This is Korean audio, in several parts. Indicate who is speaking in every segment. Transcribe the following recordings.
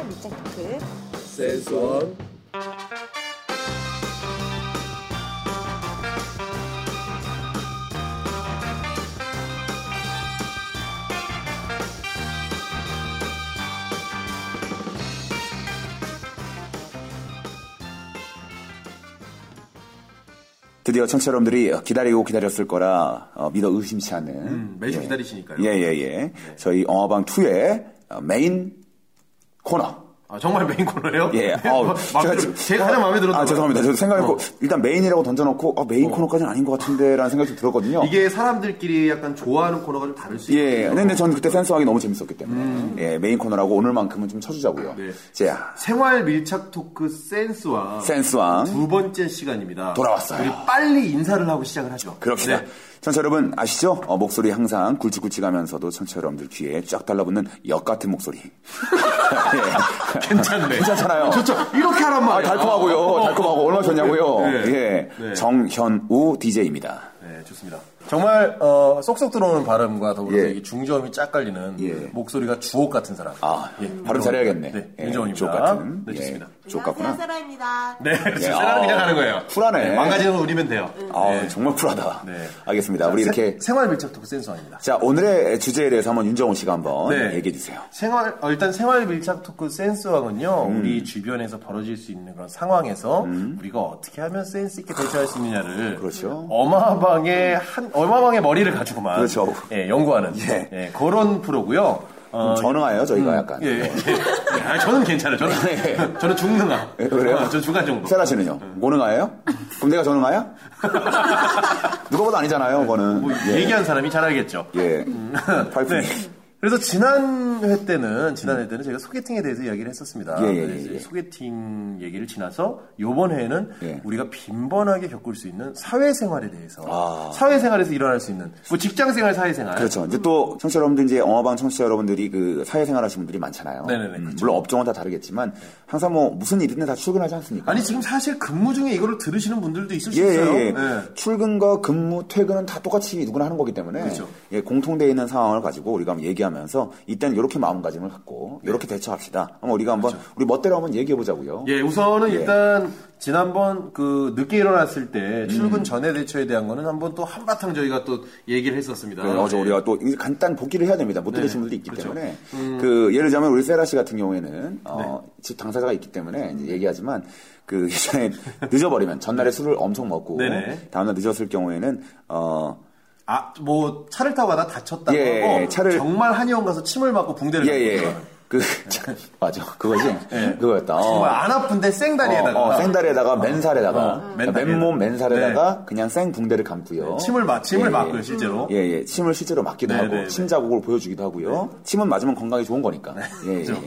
Speaker 1: 오케이.
Speaker 2: 센스 원.
Speaker 3: 드디어 청취자 여러분들이 기다리고 기다렸을 거라 어, 믿어 의심치 않는
Speaker 2: 매주 기다리시니까요.
Speaker 3: 예. 예예예 저희 영화방 2의 어, 메인 코너
Speaker 2: 아, 정말 메인 코너예요?
Speaker 3: 예,
Speaker 2: 마-
Speaker 3: 아우,
Speaker 2: 마음에 들어- 네. 제가, 가장 마음에 들었던
Speaker 3: 아,
Speaker 2: 거.
Speaker 3: 죄송합니다. 저도 생각했고,
Speaker 2: 어.
Speaker 3: 일단 메인이라고 던져놓고, 아, 메인 코너까지는 아닌 것 같은데, 라는 생각이 좀 들었거든요.
Speaker 2: 이게 사람들끼리 약간 좋아하는 코너가 좀 다를 수
Speaker 3: 예,
Speaker 2: 있어요.
Speaker 3: 근데 저는 그때 센스하기 너무 재밌었기 때문에. 예, 메인 코너라고 오늘만큼은 좀 쳐주자고요.
Speaker 2: 음. 네.
Speaker 3: 자,
Speaker 2: 생활 밀착 토크 센스와
Speaker 3: 센스왕.
Speaker 2: 두 번째 시간입니다.
Speaker 3: 돌아왔어요.
Speaker 2: 우리 빨리 인사를 하고 시작을 하죠.
Speaker 3: 그럽시다.
Speaker 2: 네.
Speaker 3: 청취자 여러분, 아시죠? 어, 목소리 항상 굵직굵직하면서도 청취자 여러분들 귀에 쫙 달라붙는 역 같은 목소리. 예.
Speaker 2: 괜찮네.
Speaker 3: 괜찮잖아요.
Speaker 2: 좋죠. 이렇게 하란 어,
Speaker 3: 아,
Speaker 2: 말이야.
Speaker 4: 어,
Speaker 3: 달콤하고요. 달콤하고 얼마나 좋냐고요.
Speaker 2: 네.
Speaker 3: 예.
Speaker 2: 네.
Speaker 3: 정현우 DJ입니다.
Speaker 2: 네, 좋습니다.
Speaker 4: 정말 어, 쏙쏙 들어오는 발음과 더불어서
Speaker 3: 예.
Speaker 4: 이게 중저음이 쫙 깔리는
Speaker 3: 예.
Speaker 4: 목소리가 주옥 같은 사람. 예.
Speaker 3: 아, 발음 잘해야겠네.
Speaker 4: 네,
Speaker 3: 예,
Speaker 4: 윤정원입니다.
Speaker 3: 족 같은.
Speaker 4: 네, 좋습니다.
Speaker 3: 족
Speaker 1: 안녕하세요,
Speaker 3: 같구나.
Speaker 1: 세라입니다.
Speaker 2: 네,
Speaker 3: 아,
Speaker 2: 사람 그냥 가는 거예요.
Speaker 3: 쿨하네.
Speaker 2: 네, 망가지는 건 우리면 돼요.
Speaker 3: 아, 정말 쿨하다.
Speaker 2: 네.
Speaker 3: 알겠습니다. 우리 이렇게.
Speaker 4: 세- 생활 밀착 토크 센서입니다.
Speaker 3: 자, 오늘의 주제에 대해서 한번 윤정훈 씨가 한번
Speaker 2: 네.
Speaker 3: 얘기해 주세요.
Speaker 4: 생활 어, 일단 생활 밀착 토크 센스왕은요
Speaker 3: 음.
Speaker 4: 우리 주변에서 벌어질 수 있는 그런 상황에서 우리가 어떻게 하면 센스 있게 대처할 수 있느냐를
Speaker 3: 그렇죠.
Speaker 4: 어마방의 한 어마방의 머리를 가지고만
Speaker 3: 그렇죠.
Speaker 4: 예, 연구하는
Speaker 3: 예.
Speaker 4: 예, 그런 프로고요. 어,
Speaker 3: 전화예요, 저희가 약간.
Speaker 4: 예, 예. 아, 저는 괜찮아요. 저는 저는 죽는가.
Speaker 3: 예, 그래요?
Speaker 4: 저 중간 정도.
Speaker 3: 세라 씨는요?
Speaker 4: 음.
Speaker 3: 모능아예요? 그럼 내가 전응아야? 누가 봐도 아니잖아요, 그거는.
Speaker 4: 뭐 얘기한 사람이 잘 알겠죠.
Speaker 3: 예. 파이프.
Speaker 4: 네. 그래서 지난 회 때는 지난 회 때는 저희가 소개팅에 대해서 이야기를 했었습니다.
Speaker 3: 예, 예, 예,
Speaker 4: 그래서
Speaker 3: 예.
Speaker 4: 소개팅 얘기를 지나서 요번 회에는
Speaker 3: 예.
Speaker 4: 우리가 빈번하게 겪을 수 있는 사회생활에 대해서
Speaker 3: 아.
Speaker 4: 사회생활에서 일어날 수 있는 뭐 직장생활 사회생활
Speaker 3: 그렇죠. 이제 또 청취자 여러분들 이제 영화방 청취자 여러분들이 그 사회생활 하시는 분들이 많잖아요. 음,
Speaker 4: 네네네, 그렇죠.
Speaker 3: 물론 업종은 다 다르겠지만 항상 뭐 무슨 일이든 다 출근하지 않습니까?
Speaker 4: 아니 지금 사실 근무 중에 이거를 들으시는 분들도 있을 수
Speaker 3: 예,
Speaker 4: 있어요.
Speaker 3: 예, 예.
Speaker 4: 예.
Speaker 3: 출근과 근무, 퇴근은 다 똑같이 누구나 하는 거기 때문에
Speaker 4: 그렇죠.
Speaker 3: 예, 공통되어 있는 상황을 가지고 우리가 한번 얘기하면서 일단 이렇게 마음가짐을 갖고
Speaker 4: 네.
Speaker 3: 이렇게 대처합시다. 그럼 우리가 한번 우리 멋대로 한번 얘기해 보자고요.
Speaker 4: 예, 우선은
Speaker 3: 예.
Speaker 4: 일단 지난번 그 늦게 일어났을
Speaker 3: 음.
Speaker 4: 때 출근 전에 대처에 대한 거는 한번 또 한바탕 저희가 또 얘기를 했었습니다.
Speaker 3: 네, 어제
Speaker 4: 예.
Speaker 3: 우리가 또 이- 간단 보기를 해야 됩니다. 못
Speaker 4: 네,
Speaker 3: 들으신 분들이 있기
Speaker 4: 그렇죠.
Speaker 3: 때문에
Speaker 4: 음.
Speaker 3: 그 예를 들자면 우리 세라 씨 같은 경우에는 어,
Speaker 4: 네.
Speaker 3: 집 당사자가 있기 때문에 이제 얘기하지만 그 예전에 늦어버리면 전날에 술을 엄청 먹고
Speaker 4: 네네.
Speaker 3: 다음날 늦었을 경우에는 어
Speaker 4: 아, 뭐 차를 타고 가다 다쳤다고
Speaker 3: 예,
Speaker 4: 하고
Speaker 3: 차를-
Speaker 4: 정말 한의원 가서 침을 맞고 붕대를
Speaker 3: 예예.
Speaker 4: 맞고 그러는.
Speaker 3: 그 참, 맞아 그거지
Speaker 4: 네.
Speaker 3: 그거였다. 어.
Speaker 4: 정말 안 아픈데 생다리에다가 어,
Speaker 3: 어, 어, 생다리에다가 맨살에다가
Speaker 4: 맨다리에다가. 네.
Speaker 3: 맨몸 맨살에다가 그냥 생 붕대를 감고요.
Speaker 4: 침을 맞 침을
Speaker 3: 예,
Speaker 4: 맞고요
Speaker 3: 예.
Speaker 4: 실제로.
Speaker 3: 예, 예. 침을 실제로 맞기도
Speaker 4: 네,
Speaker 3: 하고,
Speaker 4: 네, 네.
Speaker 3: 침 자국을 보여주기도 하고요. 침은 맞으면 건강에 좋은 거니까. 예, 예.
Speaker 4: 그렇죠.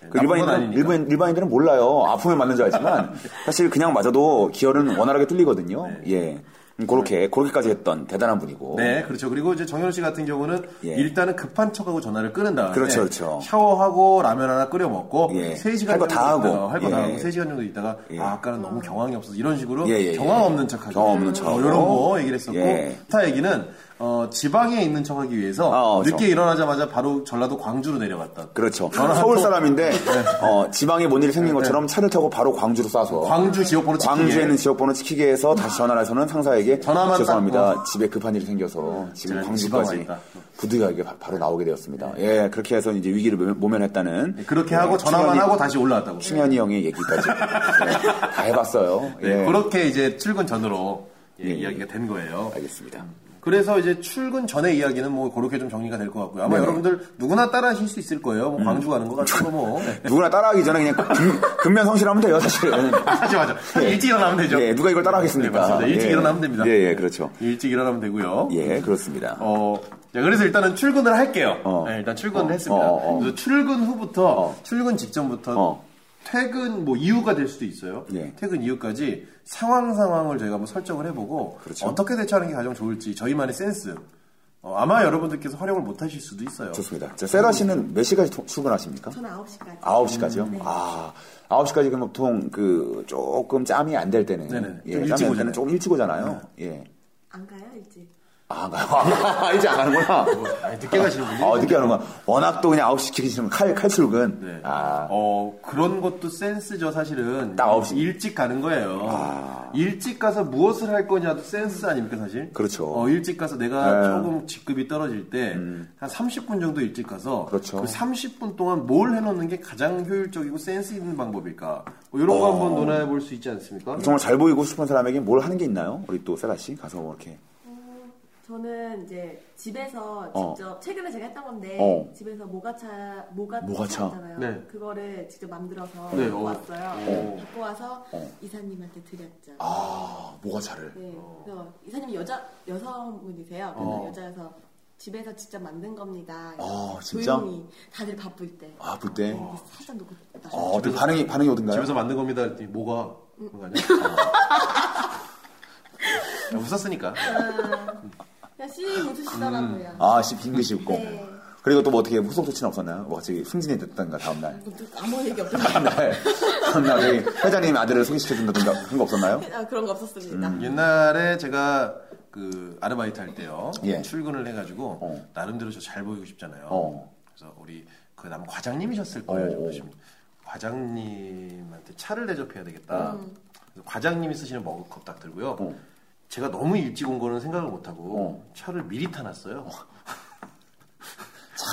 Speaker 3: 그
Speaker 4: 나쁜 건
Speaker 3: 일반인들은,
Speaker 4: 아니니까.
Speaker 3: 일반, 일반인들은 몰라요. 아프면 맞는 줄 알지만, 사실 그냥 맞아도 기혈은 원활하게 뚫리거든요. 예. 음, 그렇게, 그렇게까지 했던 대단한 분이고.
Speaker 4: 네, 그렇죠. 그리고 이제 정현우 씨 같은 경우는
Speaker 3: 예.
Speaker 4: 일단은 급한 척하고 전화를 끊은 다음에 네.
Speaker 3: 그렇죠, 그렇죠.
Speaker 4: 샤워하고 라면 하나 끓여 먹고
Speaker 3: 예.
Speaker 4: 3시간 정도
Speaker 3: 할거 다 하고.
Speaker 4: 할거 다
Speaker 3: 예.
Speaker 4: 하고 3시간 정도 있다가 아, 아까는 너무 경황이 없어서 이런 식으로
Speaker 3: 예, 예,
Speaker 4: 경황
Speaker 3: 예.
Speaker 4: 없는 척하기. 뭐
Speaker 3: 경황 없는 척하고.
Speaker 4: 이런 거 얘기를 했었고
Speaker 3: 예.
Speaker 4: 스타 얘기는 어, 지방에 있는 척하기 위해서
Speaker 3: 아, 어,
Speaker 4: 늦게
Speaker 3: 저-
Speaker 4: 일어나자마자 바로 전라도 광주로 내려갔던
Speaker 3: 그렇죠. 서울 사람인데, 어, 지방에 뭔 일이 생긴 것처럼 차를 타고 바로 광주로 싸서.
Speaker 4: 네, 광주 지역번호
Speaker 3: 광주에
Speaker 4: 찍히게. 아.
Speaker 3: 있는 지역번호 치키게 해서 다시 전화를 해서는 상사에게
Speaker 4: 전화만
Speaker 3: 죄송합니다.
Speaker 4: 딱
Speaker 3: 집에 급한 일이 생겨서 지금
Speaker 4: 제가
Speaker 3: 광주까지
Speaker 4: 지방 와 네.
Speaker 3: 부득이하게 바- 바로 나오게 되었습니다. 예, 그렇게 해서 이제 위기를 모면- 모면했다는
Speaker 4: 그렇게
Speaker 3: 예,
Speaker 4: 하고 전화만
Speaker 3: 충현이-
Speaker 4: 하고 다시 올라왔다고.
Speaker 3: 충현이 형의 얘기까지 예, 다 해봤어요. 예,
Speaker 4: 네, 그렇게 이제 출근 전으로 예,
Speaker 3: 예,
Speaker 4: 이야기가 된 거예요.
Speaker 3: 알겠습니다.
Speaker 4: 그래서 이제 출근 전에 이야기는 뭐 그렇게 좀 정리가 될 것 같고요. 아마
Speaker 3: 네네. 음.
Speaker 4: 여러분들 누구나 따라 하실 수 있을 거예요. 뭐 광주 가는 것 같고 뭐.
Speaker 3: 누구나 따라하기 전에 그냥 금, 근면 성실하면 돼요,
Speaker 4: 네,
Speaker 3: 사실은.
Speaker 4: 맞아 맞아. 일찍 일어나면 되죠.
Speaker 3: 예, 누가 이걸 따라하겠습니까?
Speaker 4: 네, 맞습니다. 일찍
Speaker 3: 예.
Speaker 4: 일어나면 됩니다.
Speaker 3: 예, 예, 그렇죠.
Speaker 4: 일찍 일어나면 되고요.
Speaker 3: 예, 그렇습니다.
Speaker 4: 어, 자, 그래서 일단은 출근을 할게요.
Speaker 3: 어.
Speaker 4: 네, 일단 출근을
Speaker 3: 어,
Speaker 4: 했습니다.
Speaker 3: 어, 어.
Speaker 4: 그래서 출근 후부터 출근 직전부터
Speaker 3: 어.
Speaker 4: 퇴근 뭐 이후가 될 수도 있어요.
Speaker 3: 예.
Speaker 4: 퇴근 이후까지 상황 상황을 저희가 한번 설정을 해보고
Speaker 3: 그렇죠.
Speaker 4: 어떻게 대처하는 게 가장 좋을지 저희만의 센스. 어, 아마 여러분들께서 활용을 못하실 수도 있어요.
Speaker 3: 좋습니다. 자, 세라 씨는 몇 시까지 통- 출근하십니까?
Speaker 1: 저는 9시까지. 음.
Speaker 3: 9시까지요? 아, 9시까지 그럼 보통 그 조금 짬이 안 될 때는
Speaker 4: 네네.
Speaker 3: 예,
Speaker 4: 좀
Speaker 3: 짬이
Speaker 4: 일찍
Speaker 3: 안 될 때는
Speaker 4: 오잖아요. 네.
Speaker 3: 조금 일찍 오잖아요. 예.
Speaker 1: 안 가요, 일찍.
Speaker 3: 아, 안 가요. 이제 안 가는구나.
Speaker 4: 아니, 뭐, 늦게 가시는 분이.
Speaker 3: 아, 늦게 가는구나. 워낙 또 그냥 9시 지키시면 칼, 칼 출근.
Speaker 4: 네.
Speaker 3: 아,
Speaker 4: 어, 그런 것도 센스죠, 사실은.
Speaker 3: 딱 없이. 아.
Speaker 4: 일찍 가는 거예요. 일찍 가서 무엇을 할 거냐도 센스 아닙니까, 사실?
Speaker 3: 그렇죠.
Speaker 4: 어, 일찍 가서 내가
Speaker 3: 네. 음.
Speaker 4: 조금 직급이 떨어질 때, 한 30분 정도 일찍 가서,
Speaker 3: 그렇죠.
Speaker 4: 그 30분 동안 뭘 해놓는 게 가장 효율적이고 센스 있는 방법일까? 뭐 이런 거 한번 논해볼 수 있지 않습니까?
Speaker 3: 어. 그 정말 잘 보이고 싶은 사람에게 뭘 하는 게 있나요? 우리 또 세라 씨 가서 뭐 이렇게.
Speaker 1: 저는 이제 집에서
Speaker 3: 어.
Speaker 1: 직접 최근에 제가 했던 건데
Speaker 3: 어.
Speaker 1: 집에서 모가차 모가차
Speaker 3: 모가차.
Speaker 1: 있잖아요.
Speaker 4: 네.
Speaker 1: 그거를 직접 만들어서
Speaker 4: 네,
Speaker 1: 갖고
Speaker 4: 어.
Speaker 1: 왔어요. 갖고 와서 이사님한테 드렸죠.
Speaker 3: 아, 뭐가 잘을.
Speaker 1: 네. 그래서 이사님이 여자 여성분이세요. 그래서 여자여서 집에서 직접 만든 겁니다.
Speaker 3: 어. 아, 진짜?
Speaker 1: 조용히 다들 바쁠 때
Speaker 3: 아, 볼 때.
Speaker 1: 살짝 놓고 딱
Speaker 3: 어, 어떻게 반응이, 반응이 오든가요?
Speaker 4: 어, 집에서 만든 겁니다. 그랬더니 뭐가 그거 아니야? 야, 웃었으니까.
Speaker 1: 그냥 씩 웃으시더라고요.
Speaker 3: 아, 씨, 빙긋이 웃고.
Speaker 1: 네.
Speaker 3: 그리고 또 뭐 어떻게 후속 조치는 없었나요? 뭐 갑자기 승진이 됐다든가, 다음날.
Speaker 1: 또 아무 얘기 없었어요.
Speaker 3: 다음날, 다음날 네. 회장님 아들을 소개시켜준다든가 그런 거 없었나요?
Speaker 1: 아, 그런 거 없었습니다.
Speaker 4: 음, 예. 옛날에 제가 그 아르바이트 할 때요
Speaker 3: 예.
Speaker 4: 출근을 해가지고
Speaker 3: 어.
Speaker 4: 나름대로 저 잘 보이고 싶잖아요.
Speaker 3: 어.
Speaker 4: 그래서 우리 그 남 과장님이셨을 거예요.
Speaker 3: 어, 어.
Speaker 4: 지금 과장님한테 차를 대접해야 되겠다.
Speaker 3: 음.
Speaker 4: 그래서 과장님이 쓰시는 머그컵 딱 들고요.
Speaker 3: 어.
Speaker 4: 제가 너무 일찍 온 거는 생각을 못 하고 차를 미리 타놨어요.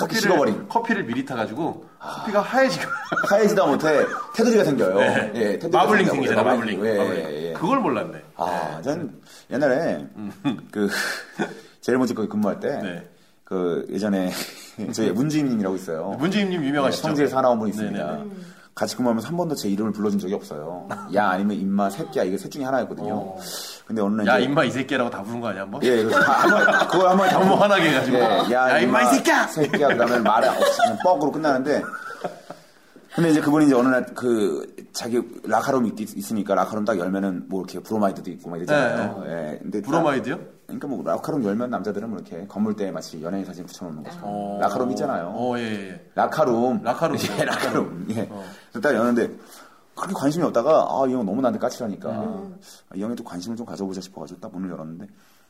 Speaker 3: 착 식어버린. 아.
Speaker 4: 커피를 미리 타가지고 커피가 하얘지고
Speaker 3: 하얘지다 못해 테두리가 생겨요. 예, 테두리가
Speaker 4: 네. 마블링
Speaker 3: 생겨요.
Speaker 4: 생기잖아 마블링.
Speaker 3: 예,
Speaker 4: 마블링.
Speaker 3: 예, 예.
Speaker 4: 그걸 몰랐네.
Speaker 3: 아, 전 옛날에 그 제일 먼저 거기 근무할 때.
Speaker 4: 네.
Speaker 3: 그 예전에 저희 문지임님이라고 있어요. 네,
Speaker 4: 문재인님 유명하시죠?
Speaker 3: 성질 사나운 분이 있습니다.
Speaker 4: 네네.
Speaker 3: 같이 근무하면서 한 번도 제 이름을 불러준 적이 없어요. 야 아니면 임마 새끼야 이게 셋 중에 하나였거든요. 근데 어느 날
Speaker 4: 어. 야
Speaker 3: 이제-
Speaker 4: 임마 이 새끼라고 다 부른 거 아니야 한번?
Speaker 3: 예, 그래서 다 한번 그걸 한번
Speaker 4: 너무 화나게 해가지고.
Speaker 3: 예,
Speaker 4: 야, 임마, 이 새끼야!
Speaker 3: 새끼야 그러면 말이 없이 그냥 뻑으로 끝나는데 근데 이제 그분이 이제 어느 날 그 자기 라카롬 있, 있으니까 라카롬 딱 열면은 뭐 이렇게 브로마이드도 있고 막 이러잖아요. 예, 근데
Speaker 4: 브로마이드요?
Speaker 3: 딱- 그러니까 뭐 라카롬 열면 남자들은 뭐 이렇게 건물대에 마치 연예인 사진 붙여놓는 거죠. 라카롬 있잖아요.
Speaker 4: 어, 예, 예.
Speaker 3: 라카룸.
Speaker 4: 라카룸. 어.
Speaker 3: 예, 라카룸. 예. 그래서 딱 여는데, 그렇게 관심이 없다가, 아, 이 형 너무 나한테 까칠하니까,
Speaker 4: 음.
Speaker 3: 아, 이 형이 또 관심을 좀 가져보자 싶어가지고 딱 문을 열었는데,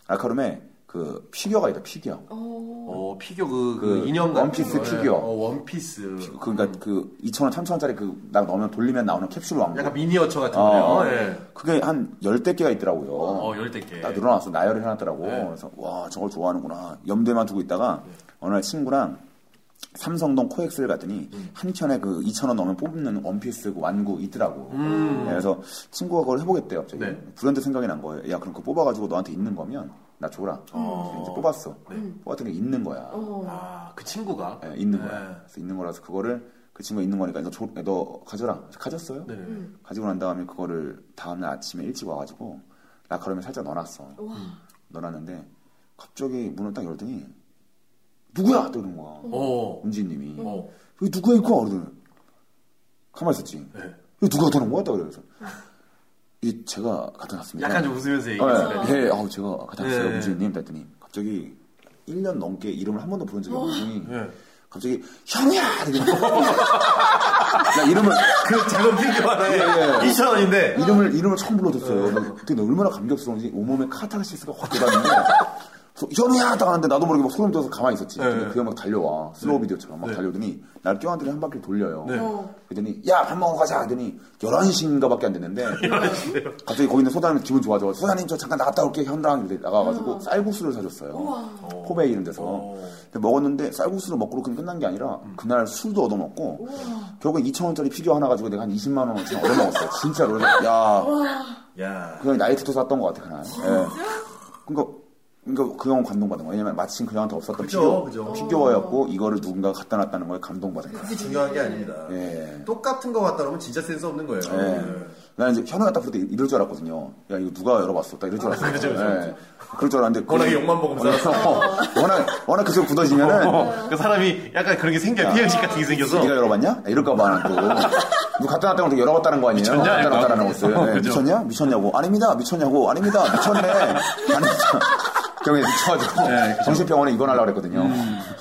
Speaker 3: 라카룸에 그 피규어가 있다, 피규어.
Speaker 4: 어, 피규어 그,
Speaker 3: 그
Speaker 4: 그 인형 같은
Speaker 3: 원피스
Speaker 4: 거.
Speaker 3: 피규어.
Speaker 4: 어, 원피스.
Speaker 3: 그러니까 그 2,000원, 3,000원짜리 그, 나 넣으면 돌리면 나오는 캡슐 왕국.
Speaker 4: 약간 미니어처 같은
Speaker 3: 어,
Speaker 4: 거요. 예.
Speaker 3: 그게 한 열댓 개가 있더라고요.
Speaker 4: 어, 네. 열대 개.
Speaker 3: 딱 늘어났어. 나열을 해놨더라고. 그래서, 와, 저걸 좋아하는구나. 염두에만 두고 있다가, 어느 날 친구랑 삼성동 코엑스를 갔더니, 한 켠에 그 2,000원 넣으면 뽑는 원피스 그 완구 있더라고. 네, 그래서 친구가 그걸 해보겠대요, 갑자기.
Speaker 4: 음. 네.
Speaker 3: 불현듯 생각이 난 거예요. 야, 그럼 그거 뽑아가지고 너한테 있는 거면, 나 줘라. 그래서 이제 뽑았어. 뽑았더니 있는 거야.
Speaker 4: 네.
Speaker 1: 어,
Speaker 4: 아, 그 친구가.
Speaker 3: 예, 있는 거야. 그래서 있는 거라서 그거를 그 친구가 있는 거니까 너, 줘- 너 가져라. 그래서 가졌어요.
Speaker 4: 네.
Speaker 3: 가지고 난 다음에 그거를 다음날 아침에 일찍 와가지고 라카롬에 살짝 넣어놨어.
Speaker 4: 음.
Speaker 3: 넣어놨는데 갑자기 문을 딱 열더니 누구야? 또 이러는 거야.
Speaker 4: 어.
Speaker 3: 은지님이
Speaker 4: 어.
Speaker 3: 여기 누구야 이거? 그러더니 가만히 있었지.
Speaker 4: 네.
Speaker 3: 여기 누가 갖다 놓은 거야? 딱 그래서 이 제가 갖다 놨습니다.
Speaker 4: 약간 좀 웃으면서 얘기했어요.
Speaker 3: 예, 예, 아우 제가 갖다 놨어요
Speaker 4: 네.
Speaker 3: 은지님 그랬더니 갑자기 1년 넘게 이름을 한 번도 부른 적이 없는 분이
Speaker 4: 네.
Speaker 3: 갑자기 현우야! 이러고 나 이름을
Speaker 4: 그 작은 피규어 하나에
Speaker 3: 예,
Speaker 4: 2,000원인데.
Speaker 3: 이름을 이름을 처음 불러줬어요. 그때 나 얼마나 감격스러운지 온몸에 카타르시스가 확 돌았는데 현우야 딱 하는데 나도 모르게 막 소름 돋아서 가만히 있었지.
Speaker 4: 네.
Speaker 3: 근데 그게 막 달려와 슬로우 비디오처럼 막 달려오더니 날 껴안더니 한 바퀴 돌려요.
Speaker 4: 네.
Speaker 3: 그랬더니 야 밥 먹으러 가자 하더니 11시인가밖에 안 됐는데 갑자기 거기 있는 소장님 기분 좋아져 소장님 저 잠깐 나갔다 올게 현랑 이렇게 나가가지고 쌀국수를 사줬어요 포베 이런 데서 근데 먹었는데 쌀국수를 먹고 그냥 끝난 게 아니라
Speaker 4: 음.
Speaker 3: 그날 술도 얻어먹고 결국엔 2천원짜리 피규어 하나 가지고 내가 한 20만원 그냥 얻어먹었어요 진짜로 그래서 야 예.
Speaker 4: 야.
Speaker 3: 그냥 나이트도 샀던 것 같아 그날 예. 그러니까 그러니까 그 형은 감동받은 거예요 왜냐면 마침 그 형한테 없었던
Speaker 4: 그죠,
Speaker 3: 피규어,
Speaker 4: 그죠.
Speaker 3: 피규어였고 이거를 누군가 갖다 놨다는 거에 감동받은 거예요
Speaker 4: 그게 중요한 게 아닙니다.
Speaker 3: 예.
Speaker 4: 똑같은 거 같다 그러면 진짜 센스 없는 거예요.
Speaker 3: 예. 나는 이제 현우가 딱 부르때 이럴 줄 알았거든요. 야, 이거 누가 열어봤어? 딱 이럴 줄 알았어.
Speaker 4: 아,
Speaker 3: 예.
Speaker 4: 그죠, 그죠, 그죠.
Speaker 3: 그럴 줄 알았는데.
Speaker 4: 워낙에
Speaker 3: 그-
Speaker 4: 욕만 보고 살았어.
Speaker 3: 어, 워낙, 워낙 그쪽 굳어지면은.
Speaker 4: 어, 그 사람이 약간 그런 게
Speaker 3: 아,
Speaker 4: 생겨. 피해식 같은 게 생겨서.
Speaker 3: 네가 열어봤냐? 야, 이럴까봐 난 또. 누가 갖다 놨다고 또 열어봤다는 거 아니에요?
Speaker 4: 미쳤냐?
Speaker 3: 갖다
Speaker 4: 이거.
Speaker 3: 놨다는 옷을. 네,
Speaker 4: 그죠.
Speaker 3: 미쳤냐? 미쳤냐고. 아닙니다. 미쳤냐고. 아닙니다. 미쳤네. 아닙니다. 경에 미쳐가지고.
Speaker 4: 네, 그죠. 음.
Speaker 3: 정신병원에 입원하려고 아, 그랬거든요.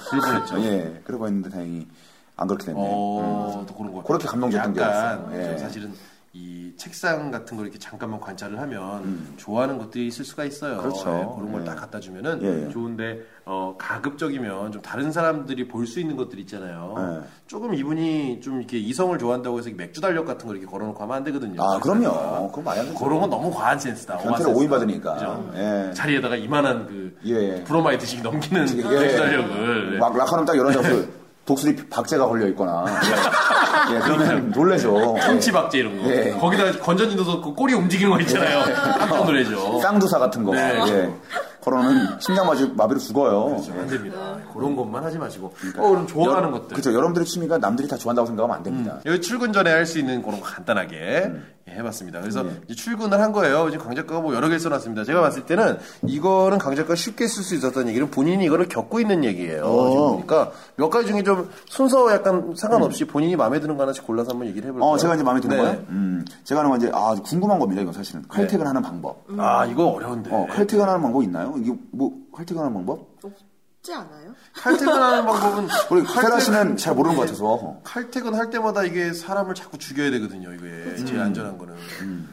Speaker 4: 그랬죠.
Speaker 3: 예. 그러고 했는데 다행히 안 그렇게 됐네.
Speaker 4: 어, 또 그런 거.
Speaker 3: 그렇게 감동적인 게
Speaker 4: 약간
Speaker 3: 있어요. 예.
Speaker 4: 사실은 이 책상 같은 걸 이렇게 잠깐만 관찰을 하면 좋아하는 것들이 있을 수가 있어요.
Speaker 3: 음. 그렇죠.
Speaker 4: 예, 그런 걸
Speaker 3: 예.
Speaker 4: 딱 갖다 주면은
Speaker 3: 예, 예.
Speaker 4: 좋은데 어, 가급적이면 좀 다른 사람들이 볼 수 있는 것들 있잖아요.
Speaker 3: 예.
Speaker 4: 조금 이분이 좀 이렇게 이성을 좋아한다고 해서 맥주 달력 같은 걸 이렇게 걸어놓고 하면 안 되거든요.
Speaker 3: 아, 그럼요. 그럼 많이 안 되죠.
Speaker 4: 예. 그런 건 너무 과한 센스다.
Speaker 3: 변태를
Speaker 4: 오만
Speaker 3: 오인받으니까.
Speaker 4: 그죠?
Speaker 3: 예.
Speaker 4: 자리에다가 이만한 그
Speaker 3: 예.
Speaker 4: 브로마이드씩 넘기는 그
Speaker 3: 예.
Speaker 4: 맥주 달력을 예.
Speaker 3: 막 라카롬 딱 열어 잡고 독수리 박제가 걸려 있거나. 예. 예, 그러면 놀래죠.
Speaker 4: 참치 박제 이런 거.
Speaker 3: 예.
Speaker 4: 거기다 건전지도서 그 꼬리 움직이는 거 있잖아요. 깜짝 놀라죠.
Speaker 3: 쌍두사 같은 거.
Speaker 4: 네.
Speaker 3: 예. 그러면 심장 마비, 마비로 죽어요. 예.
Speaker 4: 안 됩니다. 그런 것만 하지 마시고. 어, 그럼 좋아하는 그렇죠. 것들.
Speaker 3: 그렇죠. 여러분들의 취미가 남들이 다 좋아한다고 생각하면 안 됩니다.
Speaker 4: 여기 출근 전에 할 수 있는 그런 거 간단하게
Speaker 3: 음.
Speaker 4: 예, 해봤습니다. 그래서 이제 출근을 한 거예요. 지금 강 작가가 뭐 여러 개 써놨습니다. 제가 봤을 때는 이거는 강 작가가 쉽게 쓸 수 있었던 얘기는 본인이 이거를 겪고 있는 얘기예요.
Speaker 3: 어.
Speaker 4: 지금 보니까 몇 가지 중에 좀 순서 약간 상관없이 본인이 마음에 드는 거 하나씩 골라서 한번 얘기를 해볼까요?
Speaker 3: 어, 제가 이제 마음에 드는
Speaker 4: 네.
Speaker 3: 거예요? 음, 제가 하는 건 이제, 아, 궁금한 겁니다, 이건 사실은. 칼퇴근하는 방법.
Speaker 4: 아, 이거 어려운데.
Speaker 3: 어, 칼퇴근하는 방법 있나요? 이게 뭐, 칼퇴근하는 방법?
Speaker 1: 없지 않아요?
Speaker 4: 칼퇴근하는 방법은
Speaker 3: 우리
Speaker 4: 칼퇴근-
Speaker 3: 세라 씨는 잘 모르는 것 같아서.
Speaker 4: 칼퇴근할 때마다 이게 사람을 자꾸 죽여야 되거든요. 이게 제일 안전한 거는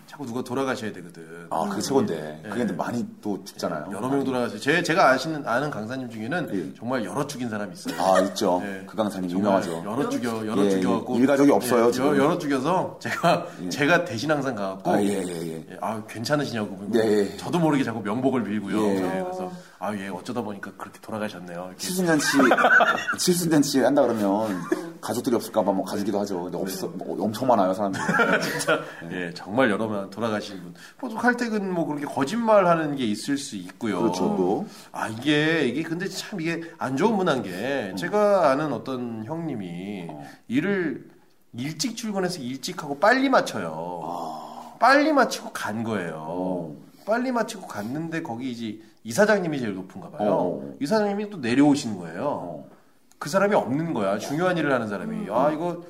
Speaker 4: 자꾸 누가 돌아가셔야 되거든.
Speaker 3: 음. 아, 그- 그게 최고인데. 그게 근데 많이 또 죽잖아요.
Speaker 4: 네. 여러 명 돌아가세요. 제, 제가 아시는, 아는 강사님 중에는 정말 여러 죽인 사람이 있어요.
Speaker 3: 예. 아, 있죠.
Speaker 4: 예.
Speaker 3: 그 강사님
Speaker 4: 정말
Speaker 3: 유명하죠.
Speaker 4: 여러 죽여, 여러
Speaker 3: 예,
Speaker 4: 죽여갖고.
Speaker 3: 예. 일가족이 없어요,
Speaker 4: 예,
Speaker 3: 지금. 예.
Speaker 4: 여, 여러 죽여서 제가, 제가 대신 항상 가갖고.
Speaker 3: 아, 예, 예, 예.
Speaker 4: 예, 아, 괜찮으시냐고. 물고
Speaker 3: 네, 예.
Speaker 4: 저도 모르게 자꾸 명복을 빌고요.
Speaker 3: 예.
Speaker 4: 예, 그래서, 아, 예, 어쩌다 보니까 그렇게 돌아가셨네요. 이렇게.
Speaker 3: 칠순잔치, 칠순잔치 한다 그러면 가족들이 없을까봐 뭐 가주기도 하죠. 근데 없어, 뭐 엄청 많아요, 사람들이.
Speaker 4: 진짜
Speaker 3: 네.
Speaker 4: 예 정말 여러 명 돌아가신 분 보통 칼퇴근 뭐 그렇게 거짓말하는 게 있을 수 있고요.
Speaker 3: 그렇죠, 또.
Speaker 4: 아 이게 이게 근데 참 이게 안 좋은 문화인 게 제가 아는 어떤 형님이 일을 일찍 출근해서 일찍 하고 빨리 마쳐요.
Speaker 3: 아.
Speaker 4: 빨리 마치고 간 거예요.
Speaker 3: 어.
Speaker 4: 빨리 마치고 갔는데 거기 이제 이사장님이 제일 높은가 봐요.
Speaker 3: 어.
Speaker 4: 이사장님이 또 내려오시는 거예요. 그 사람이 없는 거야. 중요한 일을 하는 사람이. 아 이거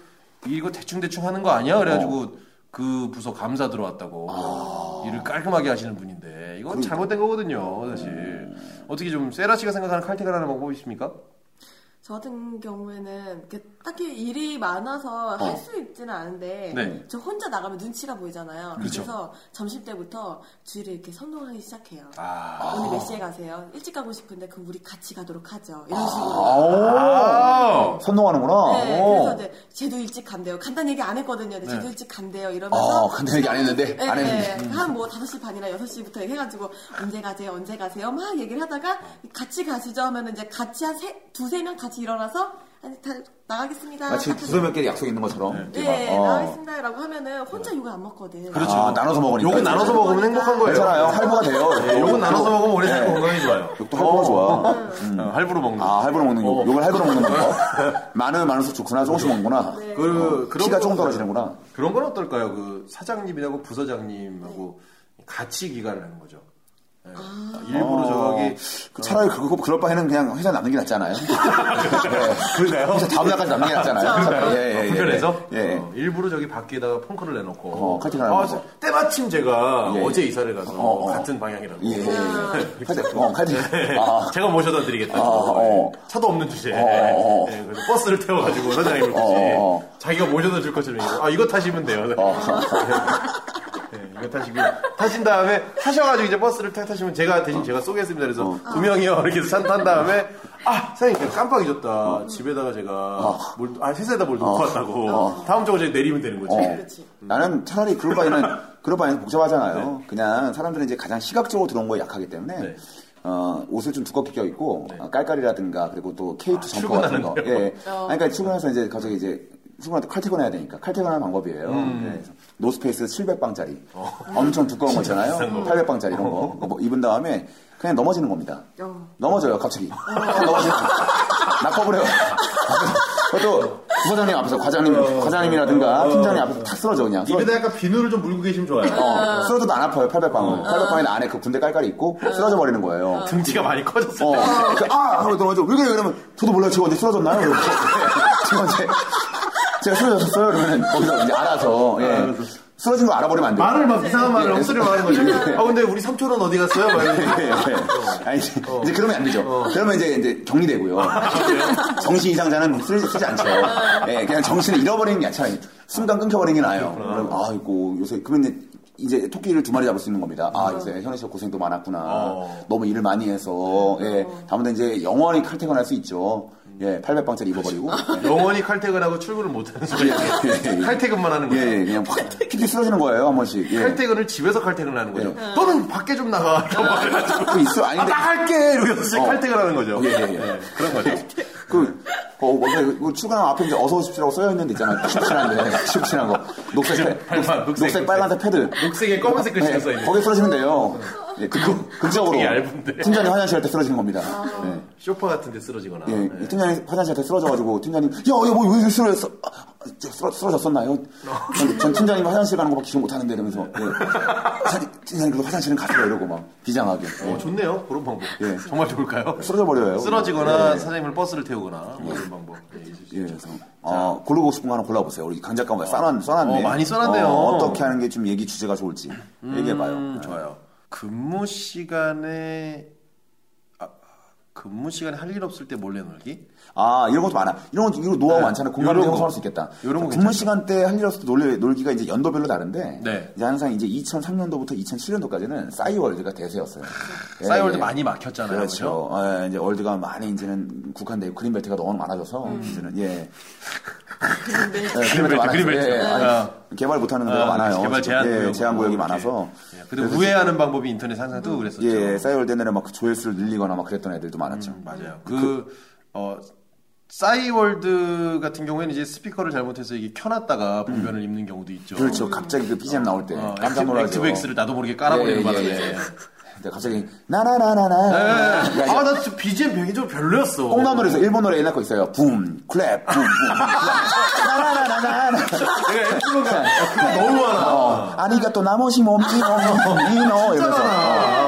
Speaker 4: 이거 대충 대충 하는 거 아니야? 그래가지고 그 부서 감사 들어왔다고 일을 깔끔하게 하시는 분인데 이건 잘못된 거거든요. 사실 어떻게 좀 세라 씨가 생각하는 칼퇴근 하는 방법이 있습니까?
Speaker 1: 저 같은 경우에는 이렇게 딱히 일이 많아서 할 수 있지는 않은데
Speaker 4: 어. 네.
Speaker 1: 저 혼자 나가면 눈치가 보이잖아요.
Speaker 4: 그렇죠.
Speaker 1: 래서 점심 때부터 주위를 이렇게 선동하기 시작해요.
Speaker 4: 아,
Speaker 1: 오늘 몇 시에 가세요? 일찍 가고 싶은데 그럼 우리 같이 가도록 하죠.
Speaker 4: 아.
Speaker 1: 이런 식으로.
Speaker 3: 아오! 선동하는구나.
Speaker 1: 네,
Speaker 3: 오.
Speaker 4: 어.
Speaker 1: 그래서 이제 쟤도 일찍 간대요. 간단 얘기 안 했거든요.
Speaker 4: 네.
Speaker 1: 근데 쟤도 일찍 간대요.
Speaker 3: 아,
Speaker 1: 이러면서 네,
Speaker 3: 근데 얘기 안 했는데? 안 했는데.
Speaker 1: 예, 한뭐 5시 반이나 6시부터 해가지고 언제 가세요? 언제 가세요? 막 얘기를 하다가 같이 가시죠 하면 이제 같이 한 세, 두세 명 같이 일어나서 아니, 다 나가겠습니다.
Speaker 3: 마치 두세 명끼리 약속이 있는 것처럼. 이렇게 막,
Speaker 1: 아, 네,
Speaker 3: 어.
Speaker 1: 나가겠습니다. 라고 하면은 혼자 욕을 안 먹거든.
Speaker 4: 그렇죠.
Speaker 3: 아, 나눠서 먹으니까.
Speaker 4: 욕은 나눠서 먹으면 행복한 거예요.
Speaker 3: 괜찮아요. 할부가 돼요.
Speaker 4: 네, 욕은 나눠서
Speaker 3: 먹
Speaker 4: 먹으면 오래 살고 건강에 좋아요.
Speaker 3: 욕도 할부가 좋아.
Speaker 4: 어, 할부로 먹는. 거.
Speaker 3: 아, 할부로 먹는
Speaker 4: 어.
Speaker 3: 욕. 욕을 할부로 먹는 거. 많으면 많을수록 좋구나. 조금씩 먹는구나.
Speaker 4: 그 그런
Speaker 3: 키가
Speaker 4: 거-
Speaker 3: 조금 떨어지는구나.
Speaker 4: 그런 건 어떨까요? 그 사장님이라고 부서장님하고 같이 기간을 하는 거죠. 예.
Speaker 3: 어.
Speaker 4: 일부러 저기
Speaker 3: 그 차라리 그거 그럴 바에는 그냥 회사 남는 게 낫지 않아요? 그러나요? 회사 다음 날까지 남는 게 낫잖아요. 예, 예, 예.
Speaker 4: 불편해서
Speaker 3: 예, 예.
Speaker 4: 어, 일부러 저기 밖에다가 펑크를 내놓고
Speaker 3: 어, 칼퇴근하는
Speaker 4: 아,
Speaker 3: 거.
Speaker 4: 때마침 제가
Speaker 3: 예.
Speaker 4: 어제 이사를 가서
Speaker 3: 어, 어.
Speaker 4: 같은 방향이라고
Speaker 3: 예, 예. 칼퇴, 어, 칼퇴. 아,
Speaker 4: 제가 모셔다 드리겠다. 네.
Speaker 3: 어.
Speaker 4: 차도 없는 주제에
Speaker 3: 어, 어.
Speaker 4: 예, 그래서 버스를 태워가지고 사장님을 굳이
Speaker 3: 어, 어.
Speaker 4: 자기가 모셔다 줄 것처럼 얘기해요. 아 이거 타시면 돼요. 예, 이거 타시고 타신 다음에 타셔가지고 이제 버스를 탁 타시면 제가 대신 제가 쏘겠습니다. 그래서
Speaker 3: 어.
Speaker 4: 두 명이요 이렇게 해서 산탄 다음에 아 사장님 깜빡 잊었다.
Speaker 3: 어.
Speaker 4: 집에다가 제가 뭘, 아 회사에다 뭘 놓고 왔다고
Speaker 3: 어.
Speaker 4: 다음 주에 내리면 되는 거지.
Speaker 1: 그렇지.
Speaker 3: 나는 차라리 그럴 바에는 그럴 바에는 복잡하잖아요. 그냥 사람들은 이제 가장 시각적으로 들어온 거에 약하기 때문에
Speaker 4: 네.
Speaker 3: 어, 옷을 좀 두껍게 껴 입고 어, 깔깔이라든가 그리고 또 케이트 점퍼 같은
Speaker 4: 아, 출근하는데요? 어.
Speaker 3: 거. 예. 예. 아니, 그러니까 출근해서 이제 갑자기 이제 출근할 때 칼퇴근해야 되니까 칼퇴근하는 방법이에요.
Speaker 4: 음.
Speaker 3: 예, 그래서 노스페이스 700방짜리
Speaker 4: 어.
Speaker 3: 엄청 두꺼운 거 있잖아요. 800방짜리 이런 거 그거 뭐 입은 다음에 그냥 넘어지는 겁니다.
Speaker 1: 어.
Speaker 3: 넘어져요 갑자기. 넘어져요. 낙법을 해요. 그것도 부사장님 앞에서 과장님, 과장님이라든가 팀장님 앞에서 탁 쓰러져 그냥. 쓰러-
Speaker 4: 입에다 약간 비누를 좀 물고 계시면 좋아요.
Speaker 3: 어, 쓰러져도 안 아파요, 800방울. 800방울 안에 그 군대 깔깔이 있고 쓰러져 버리는 거예요.
Speaker 4: 등치가 많이 커졌을
Speaker 3: 어,
Speaker 4: 때.
Speaker 3: 그래서 아! 하고 들어가죠. 왜 그래요? 그러면 저도 몰라요. 제가 언제 쓰러졌나요? 그러고. 제가 언제, 제가 쓰러졌어요? 그러면 거기서 이제 알아서, 예. 쓰러진 거 알아버리면 안 돼요.
Speaker 4: 말을 막 이상한 말을
Speaker 3: 네.
Speaker 4: 헛소리를 하는 거죠. 아 근데 우리 삼촌은 어디 갔어요? 막 이러면서.
Speaker 3: 예, 예. 아니, 이제, 이제 그러면 안 되죠. 그러면 이제, 이제 격리되고요. 정신 이상자는 쓰, 쓰지 않죠. 예, 그냥 정신을 잃어버리는 게 아니라 순간 끊겨버린 게 나아요. 그럼 아이고 요새 그러면 이제 토끼를 두 마리 잡을 수 있는 겁니다. 아 요새 현우 씨가 고생도 많았구나.
Speaker 4: 어.
Speaker 3: 너무 일을 많이 해서 예 다음에 이제 영원히 칼퇴근할 수 있죠. 예 800방짜리 입어버리고
Speaker 4: 영원히 칼퇴근하고 출근을 못하는 소리예요.
Speaker 3: 예, 예.
Speaker 4: 칼퇴근만 하는
Speaker 3: 예,
Speaker 4: 거예요.
Speaker 3: 예 그냥 확 이렇게 쓰러지는 거예요 한 번씩. 예. 네. 아,
Speaker 4: 칼퇴근을 집에서 칼퇴근을 하는 거죠. 너는 밖에 좀 나가. 이렇게 말해가지고.
Speaker 3: 그 있어 아닌데
Speaker 4: 나 할게! 이러면서
Speaker 3: 어.
Speaker 4: 칼퇴근하는 거죠.
Speaker 3: 예, 예, 예.
Speaker 4: 그런 거죠.
Speaker 3: 그, 어, 뭔가 이거 출근하면 앞에 이제 어서 오십시오라고 써있는데 있잖아. 칩칠한데, 칩칠한 거. 녹색, 패,
Speaker 4: 빨간, 녹색,
Speaker 3: 네. 녹색, 빨간색 패드.
Speaker 4: 녹색에 검은색 글씨가
Speaker 3: 네,
Speaker 4: 써있는
Speaker 3: 거기에 쓰러지면 돼요. 예, 그, 극적으로.
Speaker 4: 네. 되게 얇은데.
Speaker 3: 팀장님 화장실 할 때 쓰러지는 겁니다. 예.
Speaker 4: 쇼파 같은 데 쓰러지거나.
Speaker 3: 예, 이 팀장님 화장실 할 때 쓰러져가지고, 팀장님, 야, 야, 뭐, 왜 쓰러졌어? 아, 아, 저 쓰러, 쓰러졌었나요? 전, 전 팀장님 화장실 가는 거밖에 기억 못하는데 이러면서. 예. 팀장님, 팀장님, 그래도 화장실은 가세요. 이러고 막, 비장하게. 예.
Speaker 4: 어, 좋네요. 그런 방법.
Speaker 3: 예.
Speaker 4: 정말 좋을까요?
Speaker 3: 쓰러져 버려요.
Speaker 4: 쓰러지거나
Speaker 3: 예.
Speaker 4: 사장님을 버스를 태우거나 뭐 이런 방법. 예, 있을 수
Speaker 3: 예,
Speaker 4: 있죠.
Speaker 3: 그래서 어, 고르고 싶은 거 하나 골라보세요. 우리 강 작가가 써놨, 써놨네.
Speaker 4: 어, 많이 써놨네요.
Speaker 3: 어, 떻게 하는 게 좀 얘기 주제가 좋을지 얘기해봐요.
Speaker 4: 음, 좋아요. 근무 시간에 아, 근무 시간에 할 일 없을 때 몰래 놀기?
Speaker 3: 아, 이런 것도 많아. 이런 것, 이런 노하우 많잖아. 공감대
Speaker 4: 요런 네. 거.
Speaker 3: 형성할 수 있겠다.
Speaker 4: 요런 거 괜찮죠.
Speaker 3: 근무 시간 때 할 일 없을 때 놀, 놀기가 이제 연도별로 다른데,
Speaker 4: 네.
Speaker 3: 이제 항상 이제 2003년도부터 2007년도까지는 싸이월드가 대세였어요. 예,
Speaker 4: 싸이월드
Speaker 3: 예.
Speaker 4: 많이 막혔잖아요.
Speaker 3: 그렇죠. 예, 이제 월드가 많이 이제는 국한되고 그린벨트가 너무 많아져서 이제는 예.
Speaker 4: 음. 그린벨트,
Speaker 3: 많아요.
Speaker 4: 그린벨트.
Speaker 3: 예, 예. 아니,
Speaker 4: 아.
Speaker 3: 개발 못하는 데가
Speaker 4: 아,
Speaker 3: 많아요.
Speaker 4: 개발
Speaker 3: 지금.
Speaker 4: 제한
Speaker 3: 예,
Speaker 4: 구역이
Speaker 3: 제한 구역이
Speaker 4: 있고,
Speaker 3: 많아서.
Speaker 4: 예, 근데 우회하는 방법이 인터넷 항상 뜨고 그랬었죠.
Speaker 3: 예, 싸이월드 내내 막그 조회수를 늘리거나 막 그랬던 애들도 많았죠.
Speaker 4: 음, 맞아요. 그, 어, 싸이월드 같은 경우에는 이제 스피커를 잘못해서 이게 켜놨다가 보면을 입는 경우도 있죠.
Speaker 3: 음. 그렇죠. 갑자기 그 BGM 나올 때
Speaker 4: 어,
Speaker 3: 깜짝 놀라죠.
Speaker 4: 액티브엑스를 나도 모르게 깔아버리는
Speaker 3: 예,
Speaker 4: 바람에.
Speaker 3: 예, 예.
Speaker 4: 예.
Speaker 3: 근데 갑자기 나나나나나.
Speaker 4: 아, 나 진짜 BGM 배경적으로 별로였어.
Speaker 3: 콩나물에서 일본 노래 옛날 거 있어요. 붐, 클랩, 붐, 붐, 클랩. 나나나나나.
Speaker 4: 내가 액티브가 어, 그거 너무 많아.
Speaker 3: 어, 아니가 또 나머지 몸지 이노 이러면서 어.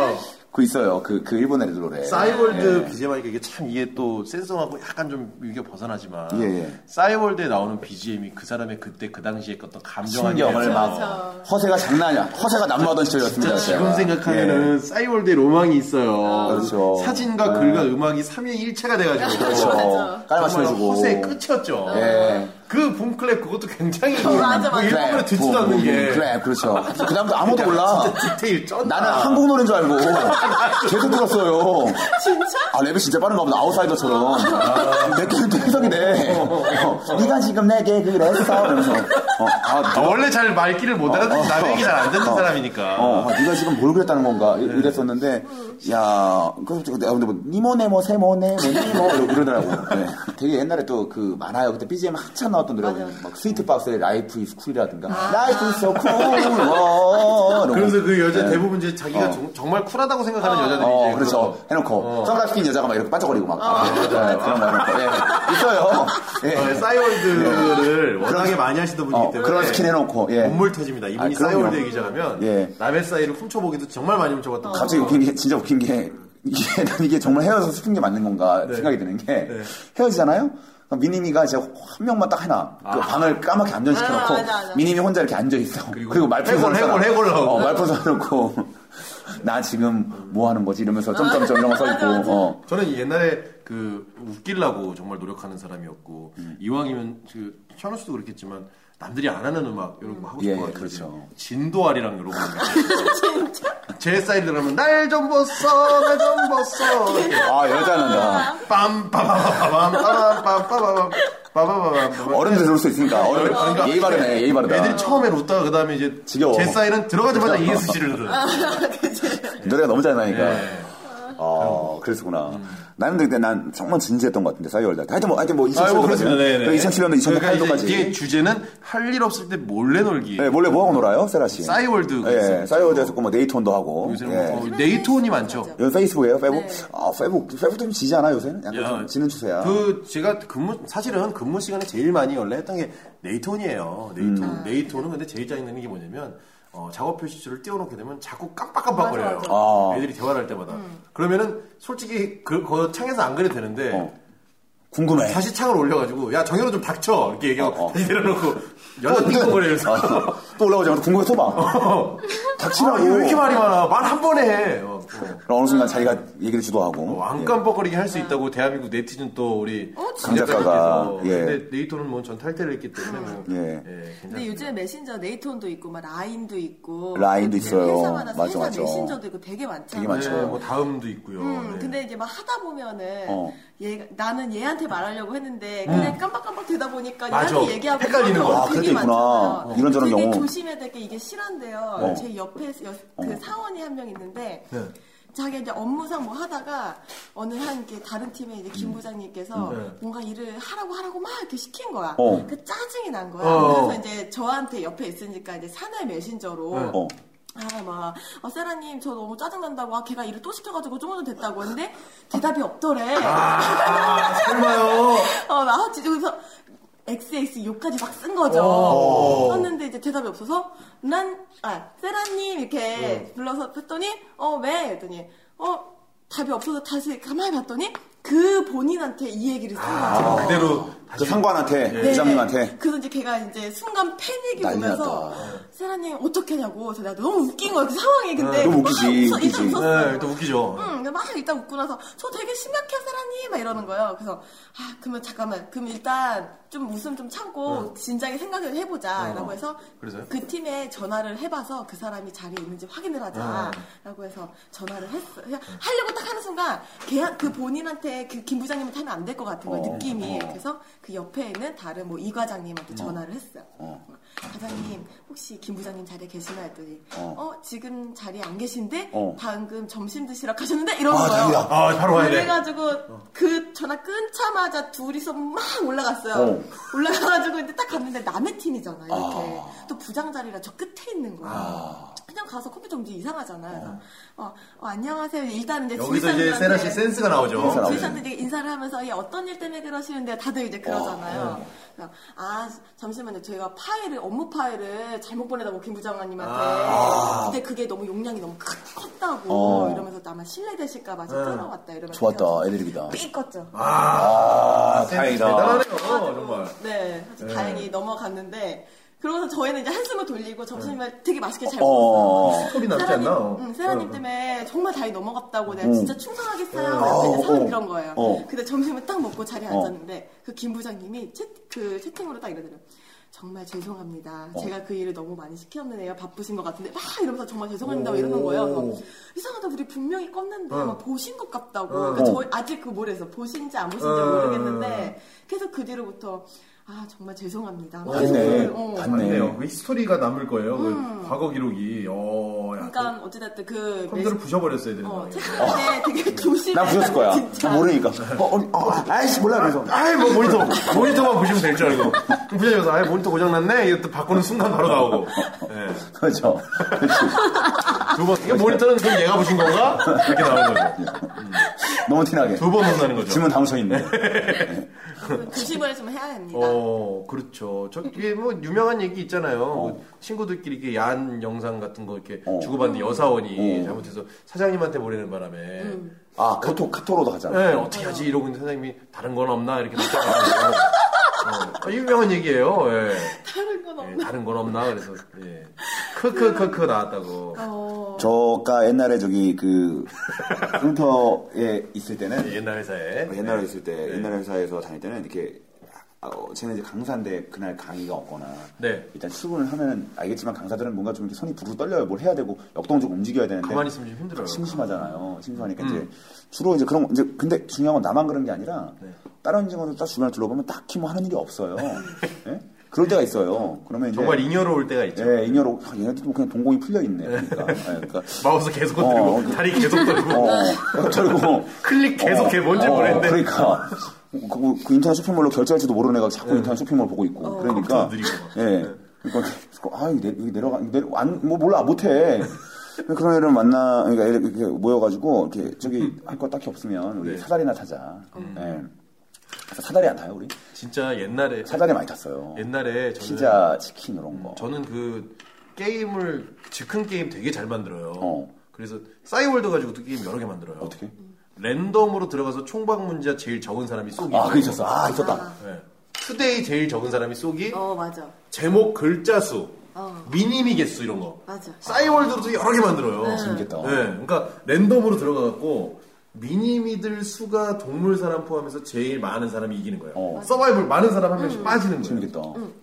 Speaker 3: 그 있어요. 그 그 일본 애들 노래. 네.
Speaker 4: 싸이월드 BGM 하니까 이게 참 이게 또 센서하고 약간 좀 이게 벗어나지만
Speaker 3: 예, 예.
Speaker 4: 싸이월드에 나오는 BGM이 그 사람의 그때 그 당시에 어떤 감정
Speaker 3: 신경을 막
Speaker 1: 그렇죠.
Speaker 3: 허세가 장난이야. 허세가 남하던 시절이었습니다.
Speaker 4: 지금
Speaker 3: 제가. 예.
Speaker 4: 생각하면은 싸이월드의 로망이 있어요.
Speaker 3: 그렇죠.
Speaker 4: 사진과 글과 음악이 3의 일체가 돼가지고
Speaker 3: 그렇죠. 깔맞춤
Speaker 4: 정말
Speaker 3: 해주고.
Speaker 4: 허세의 끝이었죠.
Speaker 3: 예.
Speaker 4: 그 봄클랩 그것도 굉장히
Speaker 1: 맞아, 맞아.
Speaker 4: 일본어로 듣지도 않는 게
Speaker 3: 뭐,
Speaker 4: 그러니까
Speaker 3: 그래 그렇죠 그 다음부터 아무도 몰라
Speaker 4: 디테일 쩐다.
Speaker 3: 나는 한국 노래인 줄 알고 계속 들었어요
Speaker 1: 진짜?
Speaker 3: 아 랩이 진짜 빠른가 보다 아웃사이더처럼 내 게임 해석이 돼 어, 네가 지금 내게 그랬어 이러면서 어, 아,
Speaker 4: 아, 원래 잘 말귀를 못 알아듣고
Speaker 3: 어, 어.
Speaker 4: 남의 얘기 잘 안 듣는
Speaker 3: 어.
Speaker 4: 사람이니까.
Speaker 3: 어, 아, 네가 지금 뭘 그랬다는 건가 이- 이랬었는데 야 그래서 내가 근데 뭐 니모네모 세모네 뭐 니모 이러- 이러더라고 네. 되게 옛날에 또 그 많아요 그때 BGM 한참 나왔던 노래가
Speaker 1: 맞아요.
Speaker 3: 막 스위트박스의 라이프 이스 쿨이라든가 라이프 이스 쿨
Speaker 4: 그래서 그 여자 대부분 이제 자기가 정- 정말 쿨하다고 생각하는 여자들이
Speaker 3: 네. 어,
Speaker 4: 이제
Speaker 3: 그렇죠. 해놓고, 선글라스 낀 여자가 막 이렇게 반짝거리고 막. 네, 그런 거 해놓고. 예, 있어요. 예.
Speaker 4: 어, 싸이월드를 워낙에 많이 하시던 분이기
Speaker 3: 어,
Speaker 4: 때문에
Speaker 3: 그런 스킨 해놓고, 예.
Speaker 4: 눈물 터집니다. 이분이
Speaker 3: 아, 그럼요.
Speaker 4: 싸이월드 얘기자라면
Speaker 3: 예. 어.
Speaker 4: 남의 싸이를 훔쳐보기도 정말 많이 훔쳐봤던 것
Speaker 3: 갑자기 웃긴 게, 진짜 웃긴 게, 이게, 난 이게 정말 헤어져서 슬픈 게 맞는 건가
Speaker 4: 네.
Speaker 3: 생각이 드는 게, 헤어지잖아요? 그럼 미니미가 제가 한 명만 딱 해놔.
Speaker 4: 아.
Speaker 3: 그 방을 까맣게 안전시켜놓고,
Speaker 1: 아, 맞아, 맞아.
Speaker 3: 미니미 혼자 이렇게 앉아있어. 그리고, 말풍선.
Speaker 4: 해골, 해골,
Speaker 3: 써놔.
Speaker 4: 해골 나오고.
Speaker 3: 어, 말풍선 해놓고, 나 지금 뭐 하는 거지? 이러면서 점점점 이런 거 써있고,
Speaker 1: 아,
Speaker 3: 어.
Speaker 4: 저는 옛날에 그 웃기려고 정말 노력하는 사람이었고
Speaker 3: 음.
Speaker 4: 이왕이면 그 현우 씨도 그렇겠지만 남들이 안 하는 음악 이런 거 하고
Speaker 3: 예,
Speaker 4: 싶어 가지고
Speaker 3: 그렇죠.
Speaker 4: 진도알이랑 이런 거 제 스타일이라면 날 좀 벗어 날 좀 벗어 이렇게
Speaker 3: 아, 여자는,
Speaker 4: 빰빠바바밤
Speaker 3: 어.
Speaker 4: 빠바바밤
Speaker 3: 어른들 들을 수 있으니까, 어른, 예의 바르네, 예의 바르다.
Speaker 4: 아, 그러니까. 애들이 처음에 웃다가 그 다음에 이제
Speaker 3: 지겨워. 그렇죠.
Speaker 4: 제
Speaker 3: 아,
Speaker 4: 사이는 들어가자마자 ESC를 네. 들어.
Speaker 3: 노래가 너무 잘 나니까. 아, 그랬구나. 나는 근데 난 정말 진지했던 것 같은데, 싸이월드. 하여튼 뭐, 하여튼 뭐, 2007년도까지.
Speaker 4: 그렇죠.
Speaker 3: 2007년도,
Speaker 4: 네,
Speaker 3: 2008년도까지.
Speaker 4: 그러니까 이게 주제는 할 일 없을 때 몰래 놀기.
Speaker 3: 예, 몰래 뭐하고 놀아요, 세라씨?
Speaker 4: 싸이월드
Speaker 3: 예,
Speaker 4: 그랬어요.
Speaker 3: 싸이월드에서 뭐, 네이톤도 하고.
Speaker 4: 요새는 뭐
Speaker 3: 예.
Speaker 4: 거의 네이톤이 많죠.
Speaker 3: 요즘 페이스북이에요, 페북? 아, 페북. 페북도 좀 지지 않아, 요새는? 약간
Speaker 4: 야,
Speaker 3: 좀 지는 추세야.
Speaker 4: 그 제가 근무 사실은 근무 시간에 제일 많이 원래 했던 게 네이톤이에요. 네이톤
Speaker 3: 음.
Speaker 4: 네이톤은 근데 제일 짜증나는 게 뭐냐면 어, 작업 표시줄을 띄워놓게 되면 자꾸 깜빡깜빡거려요.
Speaker 1: 맞아, 음.
Speaker 3: 맞아.
Speaker 4: 애들이 대화를 할 때마다. 그러면은 솔직히 그, 거 창에서 안 그래도 되는데
Speaker 3: 어. 궁금해.
Speaker 4: 다시 창을 올려가지고 야 정현우 좀 닥쳐 이렇게 얘기하고
Speaker 3: 어, 어.
Speaker 4: 다시 내려놓고 여자 띵거거리면서
Speaker 3: 아, 또 올라오자마자 궁금해서 봐. 닥치라고.
Speaker 4: 아, 이거 왜 이렇게 말이 많아? 말 한 번에 해. 어.
Speaker 3: 그럼 어느 순간 자기가 얘기를 주도하고. 예.
Speaker 4: 안 깜빡거리게 할 수 있다고 대한민국 네티즌 또 우리
Speaker 1: 어,
Speaker 4: 강
Speaker 3: 진짜.
Speaker 4: 작가님께서.
Speaker 3: 예.
Speaker 4: 근데 네이토는 뭐 전 탈퇴를 했기 때문에 뭐.
Speaker 3: 예.
Speaker 1: 근데 요즘에 메신저 네이톤도 있고 막 라인도 있고
Speaker 3: 라인도
Speaker 1: 이제
Speaker 3: 있어요.
Speaker 1: 회사마다
Speaker 3: 맞아,
Speaker 1: 회사
Speaker 3: 맞아.
Speaker 1: 메신저도 있고 되게 많잖아요.
Speaker 3: 되게 많죠.
Speaker 4: 뭐 다음도 있고요.
Speaker 1: 음,
Speaker 4: 네.
Speaker 1: 근데 이제 막 하다 보면은
Speaker 3: 어. 음.
Speaker 1: 얘 나는 얘한테 말하려고 했는데 그냥 깜빡깜빡 되다 보니까
Speaker 4: 맞아.
Speaker 1: 얘한테 얘기하고
Speaker 4: 헷갈리는 거.
Speaker 3: 아, 그럴 때 있구나.
Speaker 1: 많잖아요.
Speaker 3: 어, 이런저런
Speaker 1: 되게
Speaker 3: 경우. 어.
Speaker 1: 조심해야 될 게 이게 실한데요. 제 옆에 여- 그 사원이 한 명 있는데
Speaker 4: 네.
Speaker 1: 자기 이제 업무상 뭐 하다가 어느 한 이렇게 다른 팀의 이제
Speaker 3: 음.
Speaker 1: 김 부장님께서 뭔가 일을 하라고 하라고 막 이렇게 시킨 거야.
Speaker 3: 어.
Speaker 1: 그 짜증이 난 거야.
Speaker 4: 어.
Speaker 1: 그래서 이제 저한테 옆에 있으니까 이제 사내 메신저로
Speaker 3: 어.
Speaker 1: 아, 막, 아, 세라님, 저 너무 짜증난다고, 아, 걔가 일을 또 시켜가지고 조금 전 됐다고 했는데, 대답이 없더래.
Speaker 4: 아, 설마요.
Speaker 1: 어, 나, 아, 진짜, 그래서, XX 욕까지 막 쓴 거죠. 썼는데 이제 대답이 없어서, 난, 아, 세라님, 이렇게
Speaker 3: 네.
Speaker 1: 불러서 했더니, 어, 왜? 했더니, 어, 답이 없어서 다시 가만히 봤더니, 그 본인한테 이 얘기를 써가지고.
Speaker 4: 아, 그대로
Speaker 3: 그 상관한테,
Speaker 1: 네.
Speaker 3: 부장님한테.
Speaker 1: 그래서 이제 걔가 이제 순간 패닉이
Speaker 3: 난리
Speaker 1: 오면서
Speaker 3: 났다.
Speaker 1: 세라님 어떻게 하냐고. 그래서 나 너무 웃긴 거야. 그 상황이 근데
Speaker 3: 네, 너무
Speaker 1: 막
Speaker 3: 웃기지,
Speaker 1: 웃어- 일단
Speaker 3: 웃기지.
Speaker 1: 웃었어요.
Speaker 4: 네, 또 웃기죠.
Speaker 3: 음.
Speaker 1: 응, 근데 막 일단 웃고 나서 저 되게 심각해 세라님 막 이러는 거예요. 그래서 아 그러면 잠깐만 그럼 일단 좀 웃음 좀 참고 진작에 생각을 해보자라고 해서
Speaker 4: 그래서요?
Speaker 1: 그 팀에 전화를 해봐서 그 사람이 자리에 있는지 확인을 하자라고 해서 전화를 했어. 그냥 하려고 딱 하는 순간 걔, 그 본인한테 그 김 부장님한테 하면 안 될 것 같은 거예요 느낌이. 그래서 그 옆에 있는 다른 뭐 이 과장님한테 전화를 했어요. 과장님 혹시 김 부장님 자리에 계시나 했더니 어, 지금 자리에 안 계신데
Speaker 3: 어.
Speaker 1: 방금 점심 드시러 가셨는데 이러는
Speaker 3: 아,
Speaker 1: 거예요.
Speaker 3: 다행이다.
Speaker 4: 아, 바로 와야 돼.
Speaker 1: 그래가지고 그 전화 끊자마자 둘이서 막 올라갔어요.
Speaker 3: 어.
Speaker 1: 올라가가지고 이제 딱 갔는데 남의 팀이잖아 이렇게 또 부장 자리라 저 끝에 있는 거야.
Speaker 4: 아.
Speaker 1: 그냥 가서 커피 정지 이상하잖아. 그래서 어, 어, 안녕하세요. 일단 이제
Speaker 4: 여기서 이제 세라 씨 센스가 나오죠.
Speaker 3: 센스가 나오죠.
Speaker 1: 주의사한테 어, 이제 인사를 하면서 이 어떤 일 때문에 그러시는데 다들
Speaker 3: 어,
Speaker 1: 이제 그러잖아요.
Speaker 3: 예.
Speaker 1: 그래서 아 잠시만요. 저희가 파일을 업무 파일을 잘못 보내다고 뭐 김 부장님한테 근데 그게 너무 용량이 너무 크- 컸다고
Speaker 3: 아. 어. 예.
Speaker 1: 이러면서 나만 신뢰되실까봐 좀 끊어왔다 이러면서
Speaker 3: 좋았다, 아, 애드립이다.
Speaker 1: 삐 껐죠.
Speaker 3: 아, 다행이다.
Speaker 4: 대단하네요, 정말.
Speaker 1: 네,
Speaker 3: 예.
Speaker 1: 아주 다행히 넘어갔는데 그러고서 저희는 이제 한숨을 돌리고 점심을 되게 맛있게 잘
Speaker 3: 어.
Speaker 1: 먹었어요.
Speaker 4: 소리 나지
Speaker 1: 세라님,
Speaker 4: 않나?
Speaker 1: 응, 세라님
Speaker 4: 어.
Speaker 1: 음, 그
Speaker 4: 음.
Speaker 1: 때문에 정말 다행히 넘어갔다고 내가 진짜 충성하겠어요. 그래서 이제
Speaker 3: 어,
Speaker 1: 사람
Speaker 3: 어.
Speaker 1: 이런 거예요.
Speaker 3: 어.
Speaker 1: 근데 점심을 딱 먹고
Speaker 4: 어.
Speaker 1: 자리에 앉았는데 그 김 부장님이 채, 그 채팅으로 딱 이러더래요. 정말 죄송합니다.
Speaker 4: 어.
Speaker 1: 제가 그 일을 너무 많이 시켰네요. 바쁘신 것 같은데 막 이러면서 정말 죄송합니다. 막 이러는 거예요. 그래서 이상하다. 우리 분명히 껐는데
Speaker 4: 어.
Speaker 1: 막 보신 것 같다고. 그러니까 저희 아직 그 모르겠어. 보신지 안 보신지
Speaker 4: 어.
Speaker 1: 모르겠는데 계속 그 뒤로부터 아 정말 죄송합니다. 막
Speaker 3: 갔네.
Speaker 1: 어. 음.
Speaker 3: 갔네.
Speaker 4: 맞네요. 그 히스토리가 남을 거예요. 그 과거 기록이. 어, 야,
Speaker 1: 그러니까 어찌됐든 그
Speaker 4: 컴퓨터를 부셔버렸어야 되는
Speaker 1: 어,
Speaker 4: 거예요.
Speaker 1: 책상에 되게 조심해.
Speaker 3: 난 부셨을 거야.
Speaker 1: 진짜.
Speaker 3: 모르니까. 어, 어, 어, 아이씨, 몰라. 그래서.
Speaker 4: 아이 뭐 모니터 모니터만 보시면 될 줄 알고 부장님께서 아이 모니터 고장났네 이것도 바꾸는 순간 바로 나오고 네.
Speaker 3: 그렇죠.
Speaker 4: 두번 이게 모니터는 그럼 얘가 보신 건가 이렇게 나오는 거죠
Speaker 3: 너무 티나게.
Speaker 4: 두 번 혼나는 거죠
Speaker 3: 질문 당첨 있네.
Speaker 1: 조심을 좀 해야 됩니다.
Speaker 4: 어 그렇죠 저게 뭐 유명한 얘기 있잖아요
Speaker 3: 어.
Speaker 4: 뭐 친구들끼리 이렇게 야한 영상 같은 거 이렇게 주고받는
Speaker 3: 어.
Speaker 4: 여사원이 잘못해서 사장님한테 보내는 바람에
Speaker 3: 아, 카톡, 카톡으로도 하잖아.
Speaker 4: 네, 어떻게 하지 이러고 있는데 사장님이 다른 건 없나 이렇게 묻다가 어, 유명한 얘기예요 예.
Speaker 1: 다른 건 없나?
Speaker 4: 예, 다른 건 없나 그래서 예. 크크크크 나왔다고
Speaker 1: 어,
Speaker 3: 저가 옛날에 저기 그 컴퓨터에 있을 때는
Speaker 4: 옛날 회사에
Speaker 3: 옛날에 있을
Speaker 4: 네.
Speaker 3: 때 옛날 회사에서 다닐 때는 이렇게 아, 어, 쟤는 이제 강사인데 그날 강의가 없거나
Speaker 4: 네.
Speaker 3: 일단 출근을 하면은 알겠지만 강사들은 뭔가 좀 이렇게 손이 부르르 떨려요 뭘 해야 되고 역동적으로 움직여야 되는데
Speaker 4: 가만히 있으면 좀 힘들어요.
Speaker 3: 심심하잖아요 심심하니까
Speaker 4: 음.
Speaker 3: 이제 주로 이제 그런 거- 이제 근데 중요한 건 나만 그런 게 아니라
Speaker 4: 네.
Speaker 3: 다른 직원들 딱 주변을 둘러보면 딱히 뭐 하는 일이 없어요 예? 그럴 때가 있어요 그러면 이제
Speaker 4: 정말 잉여로울 때가 있죠.
Speaker 3: 예, 인여로 아, 얘네들도 그냥 동공이 풀려 있네 그러니까, 예, 그러니까
Speaker 4: 마우스 계속
Speaker 3: 어,
Speaker 4: 들고
Speaker 3: 어.
Speaker 4: 다리 계속 들고
Speaker 3: 어, 그리고
Speaker 4: 클릭 계속 해 뭔지 모르겠는데
Speaker 3: 어. 그러니까 그, 그 인터넷 쇼핑몰로 결제할지도 모르는 애가 자꾸 인터넷 쇼핑몰 보고 있고 그러니까
Speaker 4: 느리고.
Speaker 3: 예 그러니까 아 여기, 내, 여기 내려가 내려 안뭐 몰라 못해 그런 애를 만나 그러니까 애를 이렇게 모여가지고 이렇게 저기
Speaker 4: 음.
Speaker 3: 할 거 딱히 없으면
Speaker 4: 네.
Speaker 3: 우리 사다리나 타자 예 그래서 사다리 안 타요 우리
Speaker 4: 진짜 옛날에
Speaker 3: 사다리 많이 탔어요
Speaker 4: 옛날에 저는
Speaker 3: 피자 치킨 이런 거
Speaker 4: 예. 저는 그 게임을 즉흥 게임 되게 잘 만들어요.
Speaker 3: 어.
Speaker 4: 그래서 싸이월드 가지고도 게임 여러 개 만들어요.
Speaker 3: 어떻게
Speaker 4: 랜덤으로 들어가서 총박 문제 제일 적은 사람이 쏘기.
Speaker 3: 아 그게 있었어 아 있었다
Speaker 4: 예. 투데이 제일 적은 사람이 쏘기.
Speaker 1: 어, 맞아.
Speaker 4: 제목 글자 수. 미니미 개수 이런 거.
Speaker 1: 맞아.
Speaker 4: 싸이월드도 여러 개 만들어요.
Speaker 3: 네. 재밌겠다.
Speaker 4: 예, 그러니까 랜덤으로 들어가갖고 미니미들 수가 동물 사람 포함해서 제일 많은 사람이 이기는 거예요.
Speaker 3: 어. 음.
Speaker 4: 서바이벌 많은 사람 한 명씩 빠지는 거예요.
Speaker 3: 재밌겠다.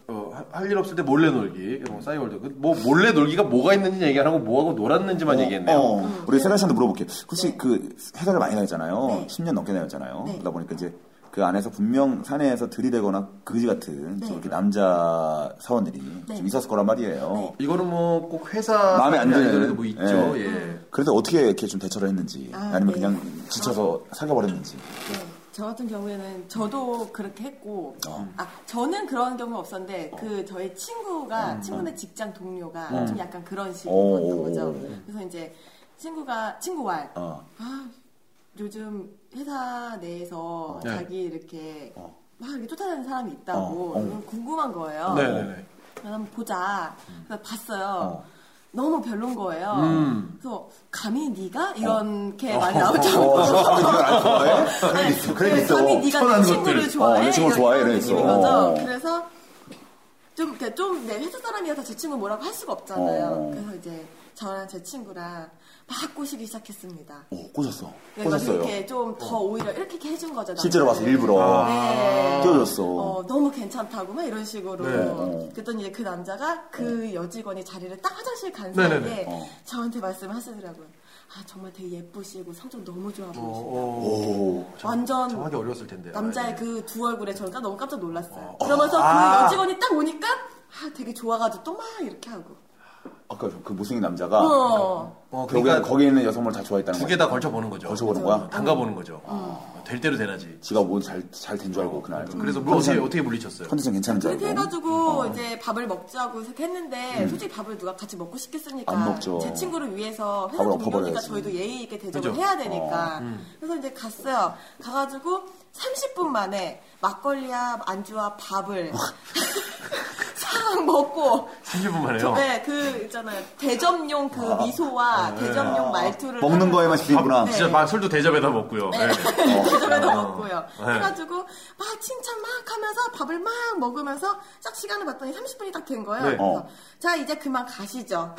Speaker 2: 어, 할 일 없을 때 몰래 놀기 이런 거 싸이월드 그뭐 몰래 놀기가 뭐가 있는지 얘기 안 하고 뭐하고 놀았는지만 얘기했네요.
Speaker 3: 어, 우리 세라 씨한테 물어볼게. 혹시 그 회사를 많이 다녔잖아요. 10년 넘게 다녔잖아요. 그러다 보니까 이제 그 안에서 분명 사내에서 들이대거나 그지 같은 좀 이렇게 남자 사원들이 좀 있었을 거란 말이에요.
Speaker 4: 네.
Speaker 2: 이거는 뭐 꼭 회사
Speaker 3: 마음에 안 드는.
Speaker 2: 아니더라도 뭐 있죠.
Speaker 3: 예.
Speaker 2: 예.
Speaker 3: 그래서 어떻게 이렇게 좀 대처를 했는지
Speaker 1: 아,
Speaker 3: 아, 니면
Speaker 1: 네.
Speaker 3: 그냥 지쳐서 사겨버렸는지.
Speaker 1: 네. 저 같은 경우에는 저도 그렇게 했고,
Speaker 3: 어.
Speaker 1: 아, 저는 그런 경우 없었는데, 그, 저의
Speaker 3: 음,
Speaker 1: 친구가, 친구네 직장 동료가 좀 약간 그런
Speaker 3: 어,
Speaker 1: 식이었던
Speaker 3: 오.
Speaker 1: 거죠. 그래서 이제 친구가, 친구 왈.
Speaker 3: 어.
Speaker 1: 아, 요즘 회사
Speaker 3: 어.
Speaker 1: 내에서
Speaker 2: 네.
Speaker 1: 자기 이렇게 막 이렇게 쫓아다니는 사람이 있다고
Speaker 3: 어, 어.
Speaker 1: 너무 궁금한 거예요.
Speaker 2: 아. 네네네.
Speaker 1: 그래서 한번 보자. 그래서 봤어요. 너무 별론 거예요. 그래서 감히 네가 이렇게 많이 나오더라고.
Speaker 3: 음. 어, 사람이 이걸 안 좋아해?
Speaker 1: 아니,
Speaker 3: 그래 있어.
Speaker 1: 감히 네가
Speaker 4: 천한
Speaker 1: 내
Speaker 4: 것들.
Speaker 1: 친구를
Speaker 3: 어,
Speaker 1: 좋아해.
Speaker 3: 내 친구를 좋아해.
Speaker 1: 이런
Speaker 3: 그랬어.
Speaker 1: 느낌인 거죠.
Speaker 3: 어.
Speaker 1: 그래서 좀 이렇게 좀내 네, 회사 사람이어서 제 친구 뭐라고 할 수가 없잖아요.
Speaker 3: 어.
Speaker 1: 그래서 이제 저랑 제 친구랑 막 꼬시기 시작했습니다.
Speaker 3: 오, 꼬셨어.
Speaker 1: 그래서
Speaker 3: 꼬셨어요.
Speaker 1: 네, 이렇게 좀 더 오히려 이렇게 이렇게 해준 거죠.
Speaker 3: 실제로 봐서
Speaker 1: 남자를.
Speaker 3: 일부러
Speaker 1: 네.
Speaker 3: 아, 띄워줬어.
Speaker 1: 어, 너무 괜찮다고 막 이런 식으로.
Speaker 4: 네.
Speaker 1: 그랬더니 이제 그 남자가 그 여직원이 자리를 딱 화장실 간
Speaker 4: 네네네.
Speaker 1: 사이에
Speaker 3: 네. 어.
Speaker 1: 저한테 말씀을 하시더라고요. 아 정말 되게 예쁘시고 성적 너무 좋아
Speaker 2: 어,
Speaker 1: 보이시고
Speaker 2: 어,
Speaker 3: 오,
Speaker 1: 완전
Speaker 2: 정확히 어려웠을 텐데. 예.
Speaker 1: 남자의 그 두 얼굴에 저는 딱 너무 깜짝 놀랐어요. 그러면서
Speaker 2: 아.
Speaker 1: 그 여직원이 딱 오니까 아 되게 좋아가지고 또 막 이렇게 하고.
Speaker 3: 아까 그 못생긴 남자가
Speaker 1: 어.
Speaker 2: 어,
Speaker 3: 결국에
Speaker 2: 그러니까
Speaker 3: 거기 있는 여성을 다 좋아했다는
Speaker 2: 두
Speaker 3: 거야.
Speaker 2: 개 다 걸쳐보는 거죠. 어,
Speaker 3: 걸쳐보는 거야? 아.
Speaker 2: 담가보는 거죠. 될 대로 되나지.
Speaker 3: 지가 뭐잘잘 된 줄 알고 그날.
Speaker 4: 음.
Speaker 2: 그래서 뭐 어떻게 어떻게 물리쳤어요?
Speaker 3: 컨디션 괜찮은 줄
Speaker 1: 그렇게
Speaker 3: 알고. 어. 음.
Speaker 1: 해가지고 이제 밥을 먹자고 해서 했는데 솔직히 밥을 누가 같이 먹고 싶겠습니까?
Speaker 3: 안 먹죠.
Speaker 1: 제 친구를 위해서 회사
Speaker 3: 밥을
Speaker 1: 동료니까
Speaker 3: 엎어버려야지. 어.
Speaker 1: 저희도 예의 있게 대접을
Speaker 2: 그죠?
Speaker 1: 해야 되니까. 그래서 이제 갔어요. 가가지고 30분 만에 막걸리와 안주와 밥을 싹 먹고
Speaker 2: 30분 만에요.
Speaker 1: 네, 그 있잖아요. 대접용 그 미소와 대접용 말투를
Speaker 3: 아. 네. 먹는
Speaker 1: 하면서
Speaker 3: 거에만 집이구나.
Speaker 1: 네.
Speaker 2: 진짜 막 술도 대접에다 먹고요. 네.
Speaker 4: 어,
Speaker 1: 대접에도 먹고요.
Speaker 2: 네.
Speaker 1: 해가지고 막 칭찬 막 하면서 밥을 막 먹으면서 딱 시간을 봤더니 30분이 딱 된 거예요.
Speaker 2: 네.
Speaker 1: 그래서
Speaker 3: 어.
Speaker 1: 자 이제 그만
Speaker 4: 어.
Speaker 1: 가시죠.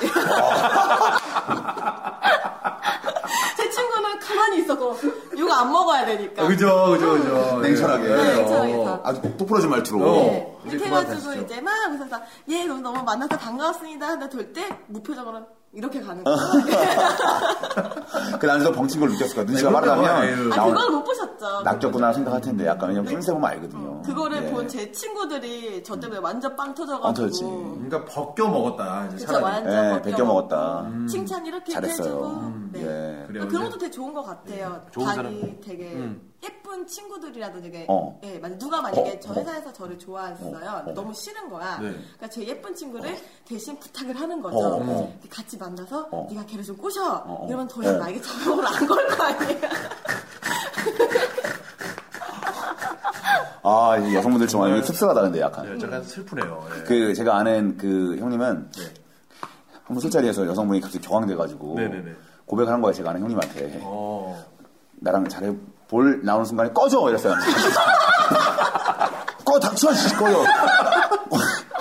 Speaker 1: 제 친구는 가만히 있었고 이거 안 먹어야 되니까.
Speaker 4: 아, 그죠, 그죠,
Speaker 2: 음.
Speaker 4: 그죠.
Speaker 3: 냉철하게.
Speaker 4: 예.
Speaker 1: 네, 냉철하게
Speaker 3: 어,
Speaker 1: 다.
Speaker 3: 아주 똑부러진 말투로.
Speaker 4: 어.
Speaker 1: 네.
Speaker 4: 이제
Speaker 1: 이렇게
Speaker 4: 그만
Speaker 1: 해가지고
Speaker 4: 가시죠.
Speaker 1: 이제 막 웃어서 예 너무 너무 만나서 반가웠습니다. 근데 돌때 무표정으로 이렇게 가는 거예요.
Speaker 3: 그 남자도 벙친 걸 느꼈을 거야. 눈치가
Speaker 4: 네, 그런 거야.
Speaker 3: 빠르다면.
Speaker 4: 에휴.
Speaker 1: 아, 그걸 못 보셨죠?
Speaker 3: 낚였구나 생각할 텐데 약간 왜냐면 낌새 보면 알거든요.
Speaker 1: 그거를
Speaker 3: 예.
Speaker 1: 본 제 친구들이 저 때문에 완전 빵
Speaker 3: 빵 터졌지.
Speaker 1: 터져가지고.
Speaker 4: 그러니까 벗겨 먹었다. 이제
Speaker 1: 진짜
Speaker 4: 사람이.
Speaker 1: 완전
Speaker 3: 예,
Speaker 1: 벗겨
Speaker 3: 베껴 먹었다.
Speaker 1: 칭찬 이렇게 이렇게 해주고.
Speaker 3: 음. 잘했어요.
Speaker 1: 네.
Speaker 3: 예.
Speaker 4: 그래요.
Speaker 1: 그런 것도 되게 좋은 것 같아요.
Speaker 2: 음. 좋은
Speaker 1: 자기
Speaker 2: 사람. 음.
Speaker 1: 되게 예쁜 친구들이라도 되게
Speaker 3: 어.
Speaker 1: 예, 만약 누가 만약에
Speaker 3: 어,
Speaker 1: 저 회사에서 저를 좋아했어요. 너무 싫은 거야.
Speaker 4: 네.
Speaker 1: 그러니까 제 예쁜 친구를 대신 부탁을 하는 거죠.
Speaker 3: 어, 어.
Speaker 1: 이렇게 같이 만나서
Speaker 3: 어.
Speaker 1: 네가 걔를 좀 꼬셔.
Speaker 3: 어.
Speaker 1: 이러면 더 이상
Speaker 3: 어.
Speaker 1: 나에게 작업을 안 걸 거 아니야.
Speaker 3: 아, 이 여성분들 정말
Speaker 4: 네.
Speaker 3: 이게 씁쓸하다는데 약간.
Speaker 4: 예, 약간 슬프네요. 예.
Speaker 3: 그 제가 아는 그 형님은
Speaker 4: 네.
Speaker 3: 한번 술자리에서 여성분이 갑자기 경황돼가지고
Speaker 4: 네네네.
Speaker 3: 고백을 한 거예요. 제가 아는 형님한테
Speaker 4: 어.
Speaker 3: 나랑 잘해 볼 나오는 순간에 꺼져 이랬어요. 꺼 닥쳐 씨, 꺼져.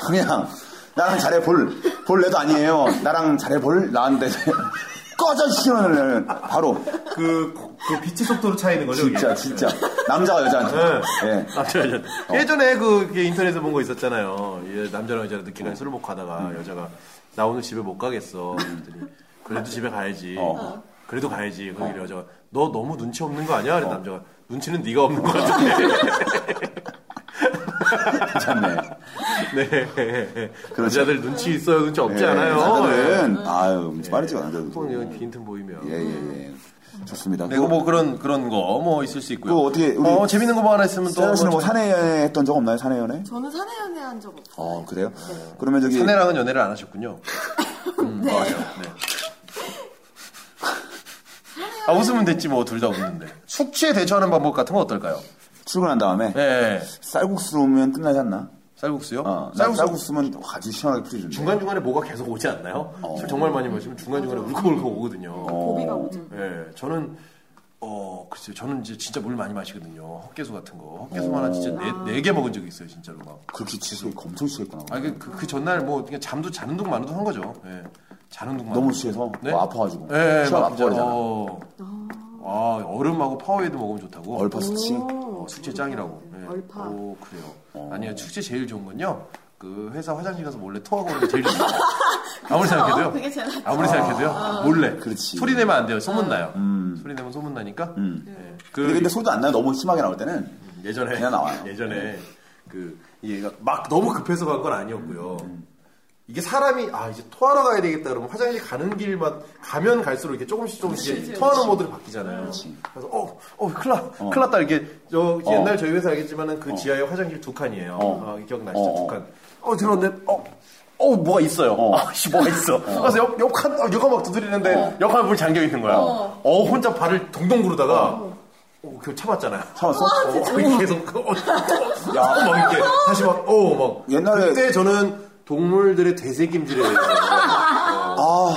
Speaker 3: 그냥 나랑 잘해 볼볼 애도 아니에요. 나랑 잘해 볼 나한테 꺼져 시원을 바로
Speaker 4: 그, 그 빛의 속도로 차이는 거죠. 이게?
Speaker 3: 진짜 진짜 남자와 여자한테
Speaker 2: 네.
Speaker 3: 예.
Speaker 2: 남자 여자. 아, 예전에 그 이게 인터넷에 본 거 있었잖아요. 예, 남자랑 여자랑 늦게까지 술을 먹고 가다가 여자가 나 오늘 집에 못 가겠어. 그랬더니 그래도 집에 가야지.
Speaker 3: 어.
Speaker 2: 그래도 가야지. 그러 여자가 너 너무 눈치 없는 거 아니야? 그래 남자가 눈치는 네가 없는 거 같은데.
Speaker 3: 괜찮네.
Speaker 2: 네.
Speaker 3: 그렇죠.
Speaker 2: 남자들 눈치 있어요. 눈치 없지
Speaker 3: 예,
Speaker 2: 않아요. 네.
Speaker 3: 남자들은 아유 빠르지
Speaker 2: 보통
Speaker 3: 않아요.
Speaker 2: 이런 빈틈 보이면.
Speaker 3: 예예예. 좋습니다.
Speaker 2: 네, 그거 뭐 그런 그런 거 뭐 있을 수 있고요.
Speaker 3: 그거 어떻게 우리
Speaker 2: 어, 재밌는 거 뭐 하나 있으면 또
Speaker 3: 세라 씨는 뭐
Speaker 2: 뭐
Speaker 3: 사내 연애 했던 적 없나요? 사내 연애?
Speaker 1: 저는 사내 연애한 적 없어요.
Speaker 3: 어 그래요? 그러면 저기
Speaker 2: 네. 사내랑은 연애를 안 하셨군요.
Speaker 3: 음.
Speaker 1: 네.
Speaker 2: 아, 웃으면 됐지 뭐 둘 다 웃는데. 숙취에 대처하는 방법 같은 건 어떨까요?
Speaker 3: 출근한 다음에
Speaker 2: 예.
Speaker 3: 쌀국수 오면 끝나지 않나?
Speaker 2: 쌀국수요?
Speaker 3: 어, 쌀국수.
Speaker 2: 쌀국수.
Speaker 3: 쌀국수면 아주 시원하게 풀리는데
Speaker 2: 중간 중간에 뭐가 계속 오지 어.
Speaker 3: 어.
Speaker 2: 않나요? 술 정말 많이 마시면 중간 중간에 울컥울컥 오거든요.
Speaker 1: 고비가 오죠.
Speaker 2: 예. 저는
Speaker 4: 어, 글쎄요. 저는 이제 진짜 물 많이 마시거든요. 헛개수 같은 거. 헛개수 하나 진짜
Speaker 2: 어.
Speaker 4: 네, 네개 먹은 적이 있어요, 진짜로 막.
Speaker 3: 그렇게 취소 엄청 취했구나.
Speaker 4: 아, 그, 그, 그 전날 뭐, 그냥 잠도 자는 둥 마는 둥한 거죠. 예. 자는 둥 마는 둥.
Speaker 3: 너무 취해서
Speaker 4: 네?
Speaker 3: 뭐 아파가지고
Speaker 4: 예,
Speaker 3: 시간
Speaker 4: 막
Speaker 3: 아프잖아.
Speaker 4: 어. 아, 얼음하고 파워에도 먹으면 좋다고.
Speaker 3: 얼파 수치.
Speaker 4: 어, 숙제 짱이라고. 예.
Speaker 5: 얼파.
Speaker 4: 오, 그래요.
Speaker 3: 어.
Speaker 4: 아니요, 숙제 제일 좋은 건요. 그 회사 화장실 가서 몰래 토하고 오는 게 제일 좋아요. 아무리 생각해도요.
Speaker 1: 그게 제일 낫죠. 어.
Speaker 4: 아무리 생각해도요. 몰래.
Speaker 3: 그렇지. 음.
Speaker 4: 소리 내면 안 돼요. 소문 나요. 소리 내면 소문 나니까. 예. 그
Speaker 3: 근데, 근데 소리도 안 나요. 너무 심하게 나올 때는
Speaker 4: 예전에
Speaker 3: 그냥 나와요.
Speaker 4: 예전에 그 얘가 막 너무 급해서 간 건 아니었고요. 이게 사람이 아 이제 토하러 가야 되겠다 그러면 화장실 가는 길만 가면 갈수록 이렇게 조금씩 조금씩 이제 토하는 모드로 바뀌잖아요. 그래서 어어 어. 큰일 나 큰일 났다 이게 저 옛날 저희 회사 알겠지만은 그 지하에 화장실 두 칸이에요.
Speaker 3: 어.
Speaker 4: 아, 기억나시죠?
Speaker 3: 어, 어.
Speaker 4: 두 칸. 어 들어왔는데 어. 어 뭐가 있어요.
Speaker 3: 어.
Speaker 4: 아씨 뭐가 있어. 그래서 옆 옆칸 어, 여가 막 두드리는데
Speaker 3: 어.
Speaker 4: 옆칸 문이 잠겨 있는 거야.
Speaker 1: 어.
Speaker 4: 어. 혼자 발을 동동 구르다가 어. 그걸 참았잖아요.
Speaker 3: 참았어.
Speaker 4: 어, 이렇게 계속 그, 어, 어, 어,
Speaker 3: 야.
Speaker 4: 막 이렇게 다시 막 어, 막
Speaker 3: 옛날에-
Speaker 4: 그때 저는 동물들의 되새김질에 대해서
Speaker 3: 아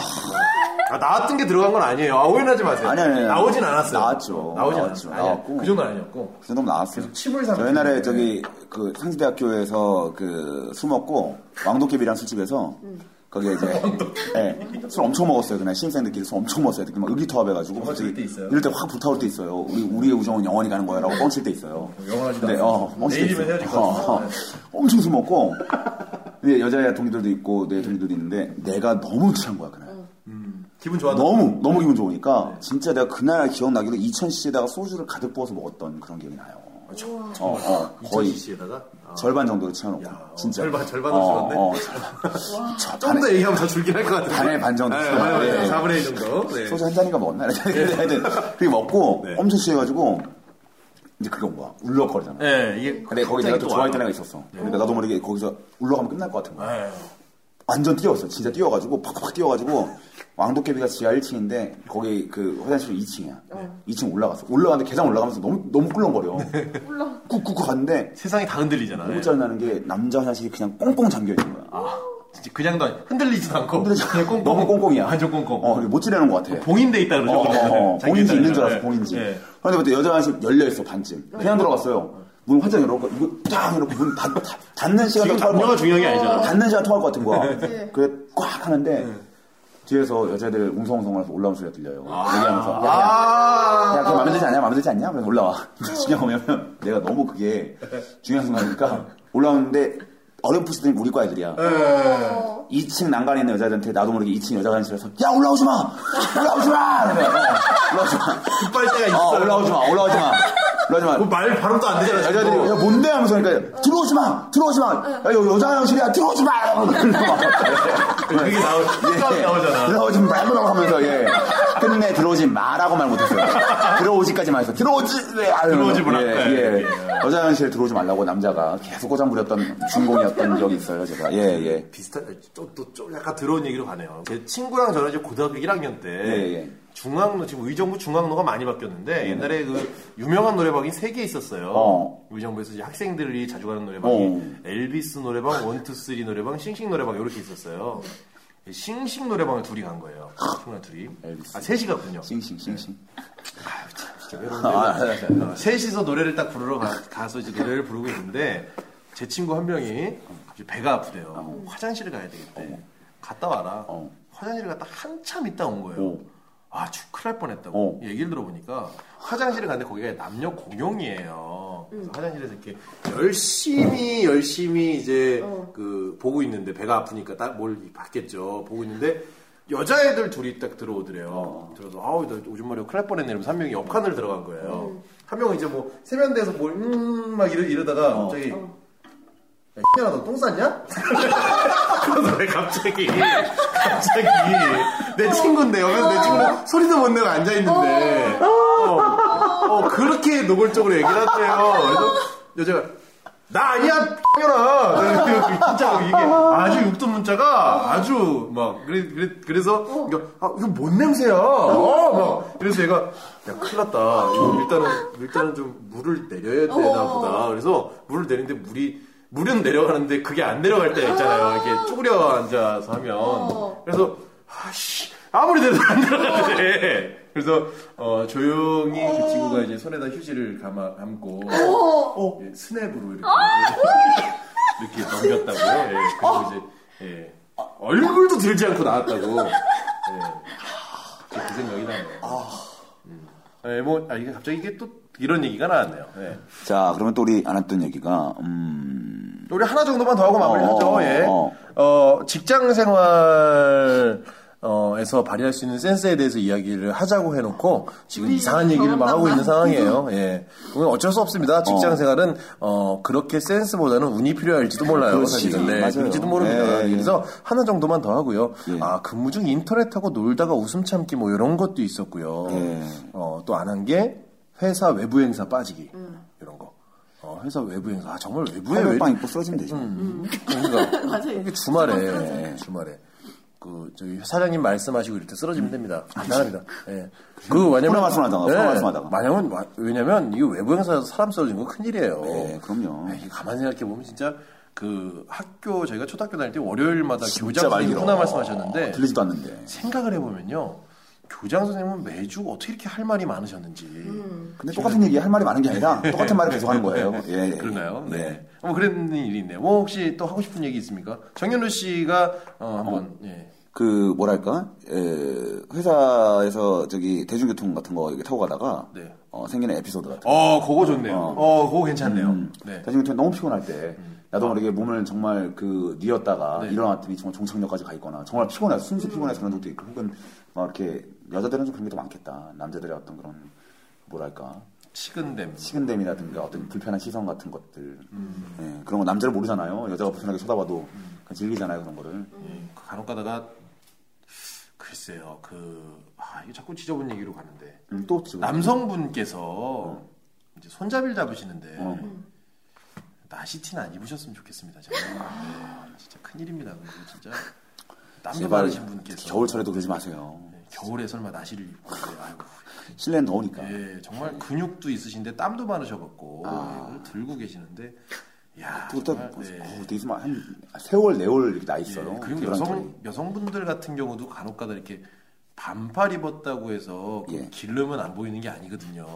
Speaker 4: 아, 나왔던 게 들어간 건 아니에요. 아, 오해하지 마세요.
Speaker 3: 아니, 아니, 아니.
Speaker 4: 나오진 않았어요.
Speaker 3: 나왔죠.
Speaker 4: 나오진
Speaker 3: 나왔죠.
Speaker 4: 않았어요. 아니,
Speaker 3: 나왔고.
Speaker 4: 그 정도는 아니었고.
Speaker 3: 그 정도면 나왔어요.
Speaker 4: 침을 삼키는
Speaker 3: 저 옛날에
Speaker 4: 거예요.
Speaker 3: 저기 그 상지대학교에서 그 숨었고 왕도깨비라는 술집에서
Speaker 4: 음.
Speaker 3: 거기에 이제 예, 술 엄청 먹었어요. 그날 신입생들끼리 술 엄청 먹었어요. 그때 막 의기투합해가지고 갑자기
Speaker 4: 때 있어요?
Speaker 3: 이럴 때 확 불타올 때 있어요. 우리 우리의 우정은 영원히 가는 거야라고 뻥칠 때 있어요.
Speaker 4: 영원하지도
Speaker 3: 근데,
Speaker 4: 않아요.
Speaker 3: 어, 뻥칠 때
Speaker 4: 내일이면 헤어질
Speaker 3: 있어요.
Speaker 4: 것 같아요. 네.
Speaker 3: 어, 어. 엄청 술 먹고 근데 여자 동료들도 있고 내 동료들도 있는데 내가 너무 취한 거야 그날.
Speaker 4: 기분 좋았나?
Speaker 3: 너무 너무 기분 좋으니까
Speaker 4: 네.
Speaker 3: 진짜 내가 그날 기억나기로 2000cc에다가 소주를 가득 부어서 먹었던 그런 기억이 나요. 어, 어, 거의
Speaker 4: CC에다가 아,
Speaker 3: 절반 정도로 채워놓고
Speaker 4: 야,
Speaker 3: 진짜 어,
Speaker 4: 절반- 절반으로 줄었네? 좀더 얘기하면 더 줄긴 할 것 같은데.
Speaker 3: 반의 반 정도.
Speaker 4: 네, 반의 반 정도.
Speaker 3: 네.
Speaker 4: 4분의 1 정도. 네.
Speaker 3: 소주 한 잔인가 먹었나? 하여튼 그게 먹고
Speaker 4: 네.
Speaker 3: 엄청 취해가지고 이제 그게 온 거야. 울럭거리잖아.
Speaker 4: 네, 이게
Speaker 3: 근데 거기 내가 또 좋아했던 애가 있었어. 그러니까 나도 모르게 거기서 울러가면 끝날 것 같은 거야.
Speaker 4: 네.
Speaker 3: 완전 뛰어왔어. 진짜 뛰어가지고 팍팍 뛰어가지고 왕도깨비가 지하 1층인데 거기 그 화장실 2층이야. 2층 올라갔어. 올라갔는데 계단 올라가면서 너무 너무 꿀렁거려. 꾹꾹 갔는데 네.
Speaker 4: 세상이 다 흔들리잖아요.
Speaker 3: 너무 짜증나는 게 남자 화장실이 그냥 꽁꽁 잠겨 있는 거야.
Speaker 4: 진짜 그냥도 아니, 흔들리지도 않고
Speaker 3: 흔들리지
Speaker 4: 그냥 꽁꽁.
Speaker 3: 너무 꽁꽁이야.
Speaker 4: 완전 꽁꽁.
Speaker 3: 어, 그리고 못 지내는 것 같아.
Speaker 4: 봉인돼 있다
Speaker 3: 어,
Speaker 4: 그러죠.
Speaker 3: 어, 어,
Speaker 4: 자기
Speaker 3: 봉인지
Speaker 4: 옛날에.
Speaker 3: 있는 줄 알았어,
Speaker 4: 네.
Speaker 3: 봉인지.
Speaker 4: 네.
Speaker 3: 그런데 그때 여자 화장실 열려있어, 반쯤. 그냥 들어갔어요. 문 활짝 열어놓고, 이거 쫙 열어놓고, 문 닫, 닫- 닫는 시간
Speaker 4: 지금 담요가 중요한 게 아니잖아. 네.
Speaker 3: 닿는 시간 통할 것 같은 거야. 그래, 꽉 하는데, 뒤에서 여자들 웅성웅성하면서 올라오는 소리가 들려요.
Speaker 4: 아.
Speaker 3: 얘기하면서. 야, 야, 야, 그거 마음에 들지 않냐? 마음에 들지 않냐? 그래서 올라와. 중요한 거면 내가 너무 그게 중요한 순간이니까 올라오는데 어렴풋이 우리 과 애들이야.
Speaker 4: 네.
Speaker 3: 2층 난간에 있는 여자들한테 나도 모르게 2층 여자 화장실에서 야 올라오지 마! 올라오지 마! 이러면, 어, 올라오지 마.
Speaker 4: 빨대가
Speaker 3: 어,
Speaker 4: 있어.
Speaker 3: 올라오지 마. 올라오지 마. 올라오지 마.
Speaker 4: 말 발음도 안 되잖아. 지금.
Speaker 3: 여자들이 야 뭔데 하면서 그러니까 들어오지 마 들어오지 마 야, 여- 여자 화장실이야 들어오지 마
Speaker 4: 그게 나오, 예. 나오잖아.
Speaker 3: 들어오지 말라고 하면서 예 끝내 들어오지 마라고 말 못했어요 들어오지까지 말했어 들어오지 왜 아유,
Speaker 4: 들어오지 뭐라.
Speaker 3: 예,
Speaker 4: 네.
Speaker 3: 예.
Speaker 4: 예.
Speaker 3: 여자 화장실 들어오지 말라고 남자가 계속 꼬장 부렸던 중공이었던 적이 있어요 제가 예예
Speaker 4: 비슷한 또또좀 약간 들어온 얘기로 가네요. 제 친구랑 저는 이제 고등학교 1학년 때
Speaker 3: 예, 예.
Speaker 4: 중앙로 지금 의정부 중앙로가 많이 바뀌었는데 옛날에 그 유명한 노래방이 세 개 있었어요.
Speaker 3: 어.
Speaker 4: 의정부에서 이제 학생들이 자주 가는 노래방이
Speaker 3: 어.
Speaker 4: 엘비스 노래방, 원투쓰리 노래방, 싱싱 노래방 이렇게 있었어요. 싱싱 노래방을 둘이 간 거예요. 친구랑 둘이.
Speaker 3: 엘비스.
Speaker 4: 아 셋이 갔군요.
Speaker 3: 싱싱싱싱 아,
Speaker 4: 어, 셋이서 노래를 딱 부르러 가, 서 이제 노래를 부르고 있는데 제 친구 한 명이 갑자기 배가 아프대요. 화장실을 가야 되겠대. 갔다 와라.
Speaker 3: 어.
Speaker 4: 화장실을 갔다 한참 있다 온 거예요.
Speaker 3: 어.
Speaker 4: 아, 죽 큰일 날 뻔했다고. 얘기를 들어보니까 화장실을 갔는데 거기가 남녀 공용이에요. 그래서 화장실에서 이렇게 열심히 열심히 이제 그 보고 있는데 배가 아프니까 딱 뭘 봤겠죠. 보고 있는데 여자애들 둘이 딱 들어오더래요. 들어서 아우 나 오줌 마려 큰일 날 뻔했네 이러면서 한 명이 옆칸을 들어간 거예요. 한 명은 이제 뭐 세면대에서 뭘음막 이러, 이러다가 갑자기 야, 야, 너똥 쌌냐? 그러서 왜 갑자기, 갑자기, 내 친구인데, 옆에서 내 친구는 소리도 못 내고 앉아있는데, 어, 어, 그렇게 노골적으로 얘기를 하더래요. 그래서 여자가, 나 아니야, ***녀라! 진짜 이게 아주 욕도 문자가 아주 막, 그래, 그래, 그래서, 이거, 아, 이거 뭔 냄새야? 어, 막. 그래서 얘가, 야, 큰일 났다. 이거 일단은, 일단은 좀 물을 내려야 되나 보다. 그래서 물을 내리는데 물이, 물은 내려가는데 그게 안 내려갈 때가 있잖아요. 어. 이렇게 쪼그려 앉아서 하면. 그래서, 아씨, 아무리 내려도 안 내려가는데. 그래서 어, 조용히 그 친구가 이제 손에다 휴지를 감아, 감고
Speaker 1: 오!
Speaker 4: 예, 스냅으로 이렇게 이렇게 넘겼다고요. 예, 그리고 이제 예, 얼굴도 들지 않고 나왔다고. 예, 그 생각이 나네요. 음. 예, 뭐, 아, 이게 갑자기 이게 또 이런 얘기가 나왔네요. 예.
Speaker 3: 자, 그러면 또 우리 안 했던 얘기가, 음,
Speaker 4: 우리 하나 정도만 더 하고 마무리하죠.
Speaker 3: 어,
Speaker 4: 예.
Speaker 3: 어.
Speaker 4: 어, 직장 생활. 에서 발휘할 수 있는 센스에 대해서 이야기를 하자고 해놓고 지금 이상한 얘기를 막 하고 있는 상황이에요. 예, 그건 어쩔 수 없습니다. 직장 생활은 어 그렇게 센스보다는 운이 필요할지도 몰라요.
Speaker 3: 그렇지.
Speaker 4: 사실은 네,
Speaker 3: 맞아요.
Speaker 4: 그럴지도 모릅니다.
Speaker 3: 예, 예.
Speaker 4: 그래서 하나 정도만 더 하고요.
Speaker 3: 예.
Speaker 4: 아 근무 중 인터넷하고 놀다가 웃음 참기 뭐 이런 것도 있었고요. 어,
Speaker 3: 예.
Speaker 4: 또 안 한 게 회사 외부 행사 빠지기 이런 거. 어, 회사 외부 행사 아 정말 외부에 왜 음.
Speaker 3: 팔백빵 입고 쓰러지면 되죠.
Speaker 4: 그러니까
Speaker 1: 맞아요.
Speaker 4: 이렇게 주말에 주말에 그 저기 사장님 말씀하시고 이럴 때 쓰러지면 됩니다.
Speaker 3: 음. 아,
Speaker 4: 간단합니다. 예. 그 왜냐면
Speaker 3: 코로나 말씀하다가, 코로나 말씀하다가.
Speaker 4: 만약은 와- 왜냐면 이거 외부 행사에서 사람 쓰러진 거 큰일이에요.
Speaker 3: 네, 그럼요.
Speaker 4: 에이, 가만 생각해 보면 진짜 그 학교 저희가 초등학교 다닐 때 월요일마다
Speaker 3: 진짜
Speaker 4: 교장
Speaker 3: 많이
Speaker 4: 선생님
Speaker 3: 들어. 아,
Speaker 4: 훈화 말씀하셨는데
Speaker 3: 들리지도 않는데.
Speaker 4: 생각을 해보면요. 교장 선생님은 매주 어떻게 이렇게 할 말이 많으셨는지
Speaker 3: 근데 똑같은 얘기 할 말이 많은 게 아니라 똑같은 말을 계속 하는 거예요. 예. 예.
Speaker 4: 네. 그러나요? 네.
Speaker 3: 음. 네.
Speaker 4: 뭐 그런 일이 있네요. 뭐 혹시 또 하고 싶은 얘기 있습니까? 정현우 씨가 어, 한번 예.
Speaker 3: 그 뭐랄까 에, 회사에서 저기 대중교통 같은 거 이렇게 타고 가다가
Speaker 4: 네.
Speaker 3: 어, 생기는 에피소드 같은 거.
Speaker 4: 어, 그거 좋네요. 어, 그거 괜찮네요. 네. 음.
Speaker 3: 대중교통 너무 피곤할 때 나도 모르게 몸을 정말 그 뉘었다가
Speaker 4: 네.
Speaker 3: 일어났더니 정말 종착역까지 가 있거나 정말 피곤해서
Speaker 4: 음.
Speaker 3: 순수 피곤해서 그런 적도 있고 혹은 막 이렇게 여자들은 좀 그런 게 더 많겠다 남자들의 어떤 그런 뭐랄까
Speaker 4: 치근댐.
Speaker 3: 식은됨이라든가 어떤 불편한 시선 같은 것들
Speaker 4: 음.
Speaker 3: 예, 그런 거 남자를 모르잖아요 여자가 불편하게 쳐다봐도 그냥 즐기잖아요 그런 거를
Speaker 4: 예, 그 간혹 가다가, 글쎄요, 그, 아, 이거 자꾸 지저분 얘기로 가는데.
Speaker 3: 음, 또 지금
Speaker 4: 남성분께서 이제 손잡이를 잡으시는데,
Speaker 3: 음.
Speaker 4: 나시티는 안 입으셨으면 좋겠습니다. 정말. 네, 진짜 큰일입니다. 그거 진짜. 남자
Speaker 3: 제발
Speaker 4: 많으신 분께서.
Speaker 3: 겨울철에도 그러니까. 그러지 마세요
Speaker 4: 네, 겨울에 설마 나시를 입고. 네, 아이고.
Speaker 3: 실내는 더우니까
Speaker 4: 예, 정말 근육도 있으신데 땀도 많으셔갖고
Speaker 3: 아.
Speaker 4: 예, 그걸 들고 계시는데, 야,
Speaker 3: 그것도
Speaker 4: 정말, 네.
Speaker 3: 어, 되게 좀 한, 세월, 네월 이렇게 나 있어요.
Speaker 4: 예, 그리고
Speaker 3: 그런
Speaker 4: 여성
Speaker 3: 털이.
Speaker 4: 여성분들 같은 경우도 간혹가다 이렇게 반팔 입었다고 해서 그
Speaker 3: 예.
Speaker 4: 길름은 안 보이는 게 아니거든요.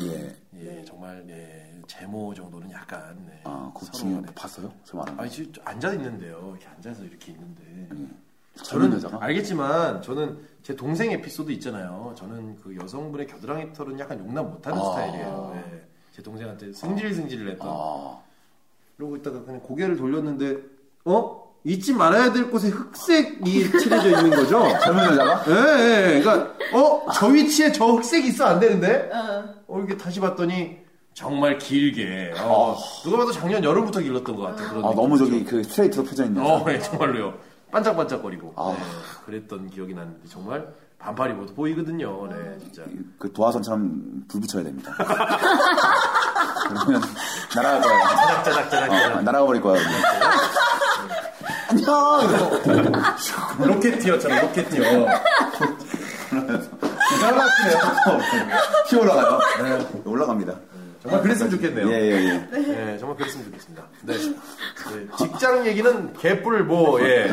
Speaker 3: 예.
Speaker 4: 예, 정말 예, 제모 정도는 약간 네,
Speaker 3: 아, 그
Speaker 4: 서로
Speaker 3: 중에
Speaker 4: 간에-
Speaker 3: 봤어요? 저 말하는 거.
Speaker 4: 아니 지금 앉아 있는데요. 이렇게 앉아서 이렇게 있는데.
Speaker 3: 예. 젊은 여자가?
Speaker 4: 알겠지만 저는 제 동생 에피소드 있잖아요. 저는 그 여성분의 겨드랑이 털은 약간 용납 못하는
Speaker 3: 아.
Speaker 4: 스타일이에요. 예. 제 동생한테 승질승질을 했던.
Speaker 3: 아,
Speaker 4: 이러고 있다가 그냥 고개를 돌렸는데 어? 잊지 말아야 될 곳에 흑색이 칠해져 있는 거죠?
Speaker 3: 젊은 여자가?
Speaker 4: 예, 예, 그러니까 어? 저 위치에 저 흑색이 있어 안 되는데? 어, 이렇게 다시 봤더니 정말 길게 어, 누가 봐도 작년 여름부터 길렀던 것 같아 그런
Speaker 3: 아,
Speaker 4: 느낌.
Speaker 3: 너무 저기 그 스트레이트로 펴져 있는 여자.
Speaker 4: 어, 예, 정말로요 반짝반짝거리고
Speaker 3: 아.
Speaker 4: 예, 그랬던 기억이 나는데 정말 반팔 입어도 보이거든요 네 진짜
Speaker 3: 그 도화선처럼 불 붙여야 됩니다. 그러면 날아갈 거예요.
Speaker 4: 짜작짜작짜작
Speaker 3: 어, 날아가 버릴 거예요. 그냥. 안녕! 이러고. 아.
Speaker 4: 로켓티어처럼 로켓티어 기가 막히네요
Speaker 3: 튀어올라가요. 네, 올라갑니다.
Speaker 4: 정말 그랬으면 좋겠네요.
Speaker 3: 예, 예, 예.
Speaker 4: 네, 정말 그랬으면 좋겠습니다. 네. 네, 직장 얘기는 개뿔 뭐, 예.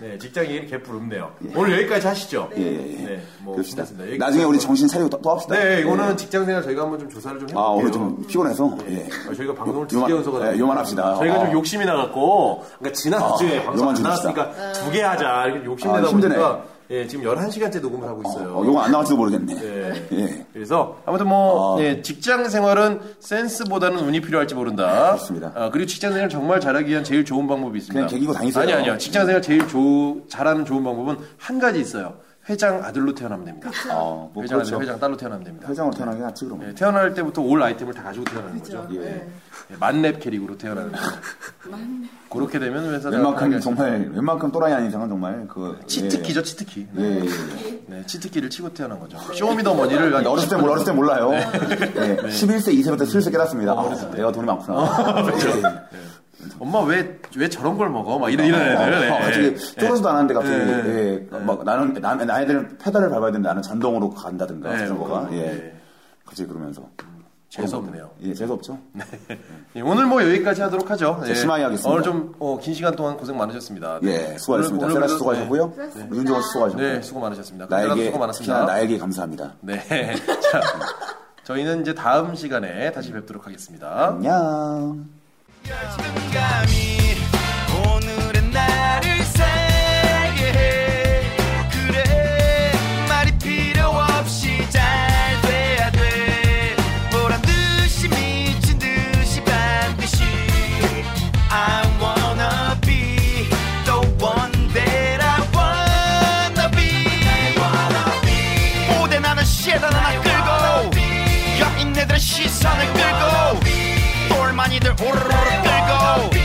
Speaker 4: 네, 직장 얘기는 개뿔 없네요. 오늘 여기까지 하시죠.
Speaker 3: 예, 예, 예.
Speaker 4: 네, 뭐,
Speaker 3: 그럽시다.
Speaker 4: 끝났습니다. 여기까지
Speaker 3: 나중에 우리
Speaker 4: 하고.
Speaker 3: 정신 차리고 또, 또 합시다. 예.
Speaker 4: 네, 이거는 직장 생활 저희가 한번 좀 조사를 좀 해볼게요.
Speaker 3: 아, 오늘 좀 피곤해서. 예.
Speaker 4: 아, 저희가 방송을
Speaker 3: 요만-
Speaker 4: 두 개 연속을
Speaker 3: 예,
Speaker 4: 하니까.
Speaker 3: 요만합시다.
Speaker 4: 저희가
Speaker 3: 아.
Speaker 4: 좀 욕심이 나갖고, 그러니까 지난주에
Speaker 3: 아,
Speaker 4: 방송
Speaker 3: 요만
Speaker 4: 안
Speaker 3: 줍시다.
Speaker 4: 나왔으니까 두 개 하자. 이렇게 욕심내다
Speaker 3: 아, 힘드네.
Speaker 4: 보니까, 예, 지금 11시간째 녹음을 하고 있어요.
Speaker 3: 어, 요거 안 나올지도 모르겠네.
Speaker 4: 예.
Speaker 3: 예.
Speaker 4: 그래서 아무튼 뭐
Speaker 3: 아.
Speaker 4: 예, 직장 생활은 센스보다는 운이 필요할지 모른다.
Speaker 3: 그렇습니다.
Speaker 4: 아, 그리고 직장 생활 정말 잘하기 위한 제일 좋은 방법이 있습니다.
Speaker 3: 그냥 개기고 다니세요. 네.
Speaker 4: 아니 아니요. 직장 생활 제일 조- 잘하는 좋은 방법은 한 가지 있어요. 회장 아들로 태어나면 됩니다.
Speaker 3: 어, 뭐,
Speaker 4: 회장
Speaker 3: 그렇죠.
Speaker 4: 아들, 회장 딸로 태어나면 됩니다.
Speaker 3: 회장으로 태어나긴 하지, 그럼.
Speaker 4: 예, 태어날 때부터 올 아이템을 다 가지고 태어나는
Speaker 1: 그죠?
Speaker 4: 거죠.
Speaker 3: 예.
Speaker 1: 네.
Speaker 4: 예, 만렙 캐릭으로 태어나는 거죠. 그렇게 되면 회사
Speaker 3: 아, 웬만큼 정말 웬만큼 또라이 아닌 이상은 정말 그
Speaker 4: 치트키죠, 치트키.
Speaker 3: 예, 예, 예.
Speaker 4: 네, 치트키를 치고 태어난 거죠. 쇼미더머니를 한
Speaker 3: 아, 어렸을 때 몰라 어렸을 때 몰라요. 예, 11세 2세부터 슬슬 깨닫습니다. 아, 내가 돈이 많구나. 예.
Speaker 4: 엄마 왜, 왜 저런 걸 먹어? 막 이런, 이런 애들. 네.
Speaker 3: 어, 갑자기 쫄아서도 안 하는데 갑자기
Speaker 4: 네.
Speaker 3: 예, 막 나는 나, 나애들은 페달을 밟아야 되는데 나는 전동으로 간다든가
Speaker 4: 네,
Speaker 3: 자전거가
Speaker 4: 그런 거.
Speaker 3: 예.
Speaker 4: 네.
Speaker 3: 갑자기 그러면서
Speaker 2: 재수없네요.
Speaker 3: 예, 재수 없죠.
Speaker 2: 예, 오늘 뭐 여기까지 하도록 하죠. 예.
Speaker 3: 자, 심하게 하겠습니다.
Speaker 2: 오늘 좀 어, 긴 시간 동안 고생 많으셨습니다.
Speaker 3: 예, 수고하셨습니다.
Speaker 2: 오늘- 오늘
Speaker 3: 세라 씨
Speaker 2: 그래도-
Speaker 3: 수고하셨고요.
Speaker 1: 네.
Speaker 3: 윤종원 씨 수고하셨고.
Speaker 2: 네, 수고 많으셨습니다. 그때라도
Speaker 3: 나에게
Speaker 2: 수고
Speaker 3: 특히나
Speaker 2: 많았습니다.
Speaker 3: 나에게 감사합니다.
Speaker 2: 네. 자, 저희는 이제 다음 시간에 다시 뵙도록 하겠습니다.
Speaker 3: 안녕.
Speaker 6: 감이 오늘의 나를 살게 해 그래 말이 필요 없이 잘 돼야 돼 보란 듯이 미친 듯이 반드시 I wanna be the one that I wanna be 모든 하나 시에다 하나 끌고 여인네들의 시선을 끌고 똘 많이들 오르르 끌고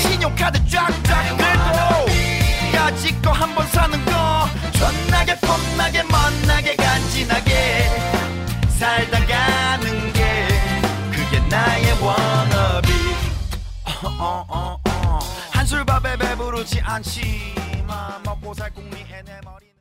Speaker 6: 신용카드 쫙쫙 끌고 야지껏 한번 사는 거 존나게 폼나게 멋나게 간지나게 살다 가는 게 그게 나의 워너비 어, 어어어어 한술밥에 배부르지 않지만 먹고 살 꿈이 해내 머리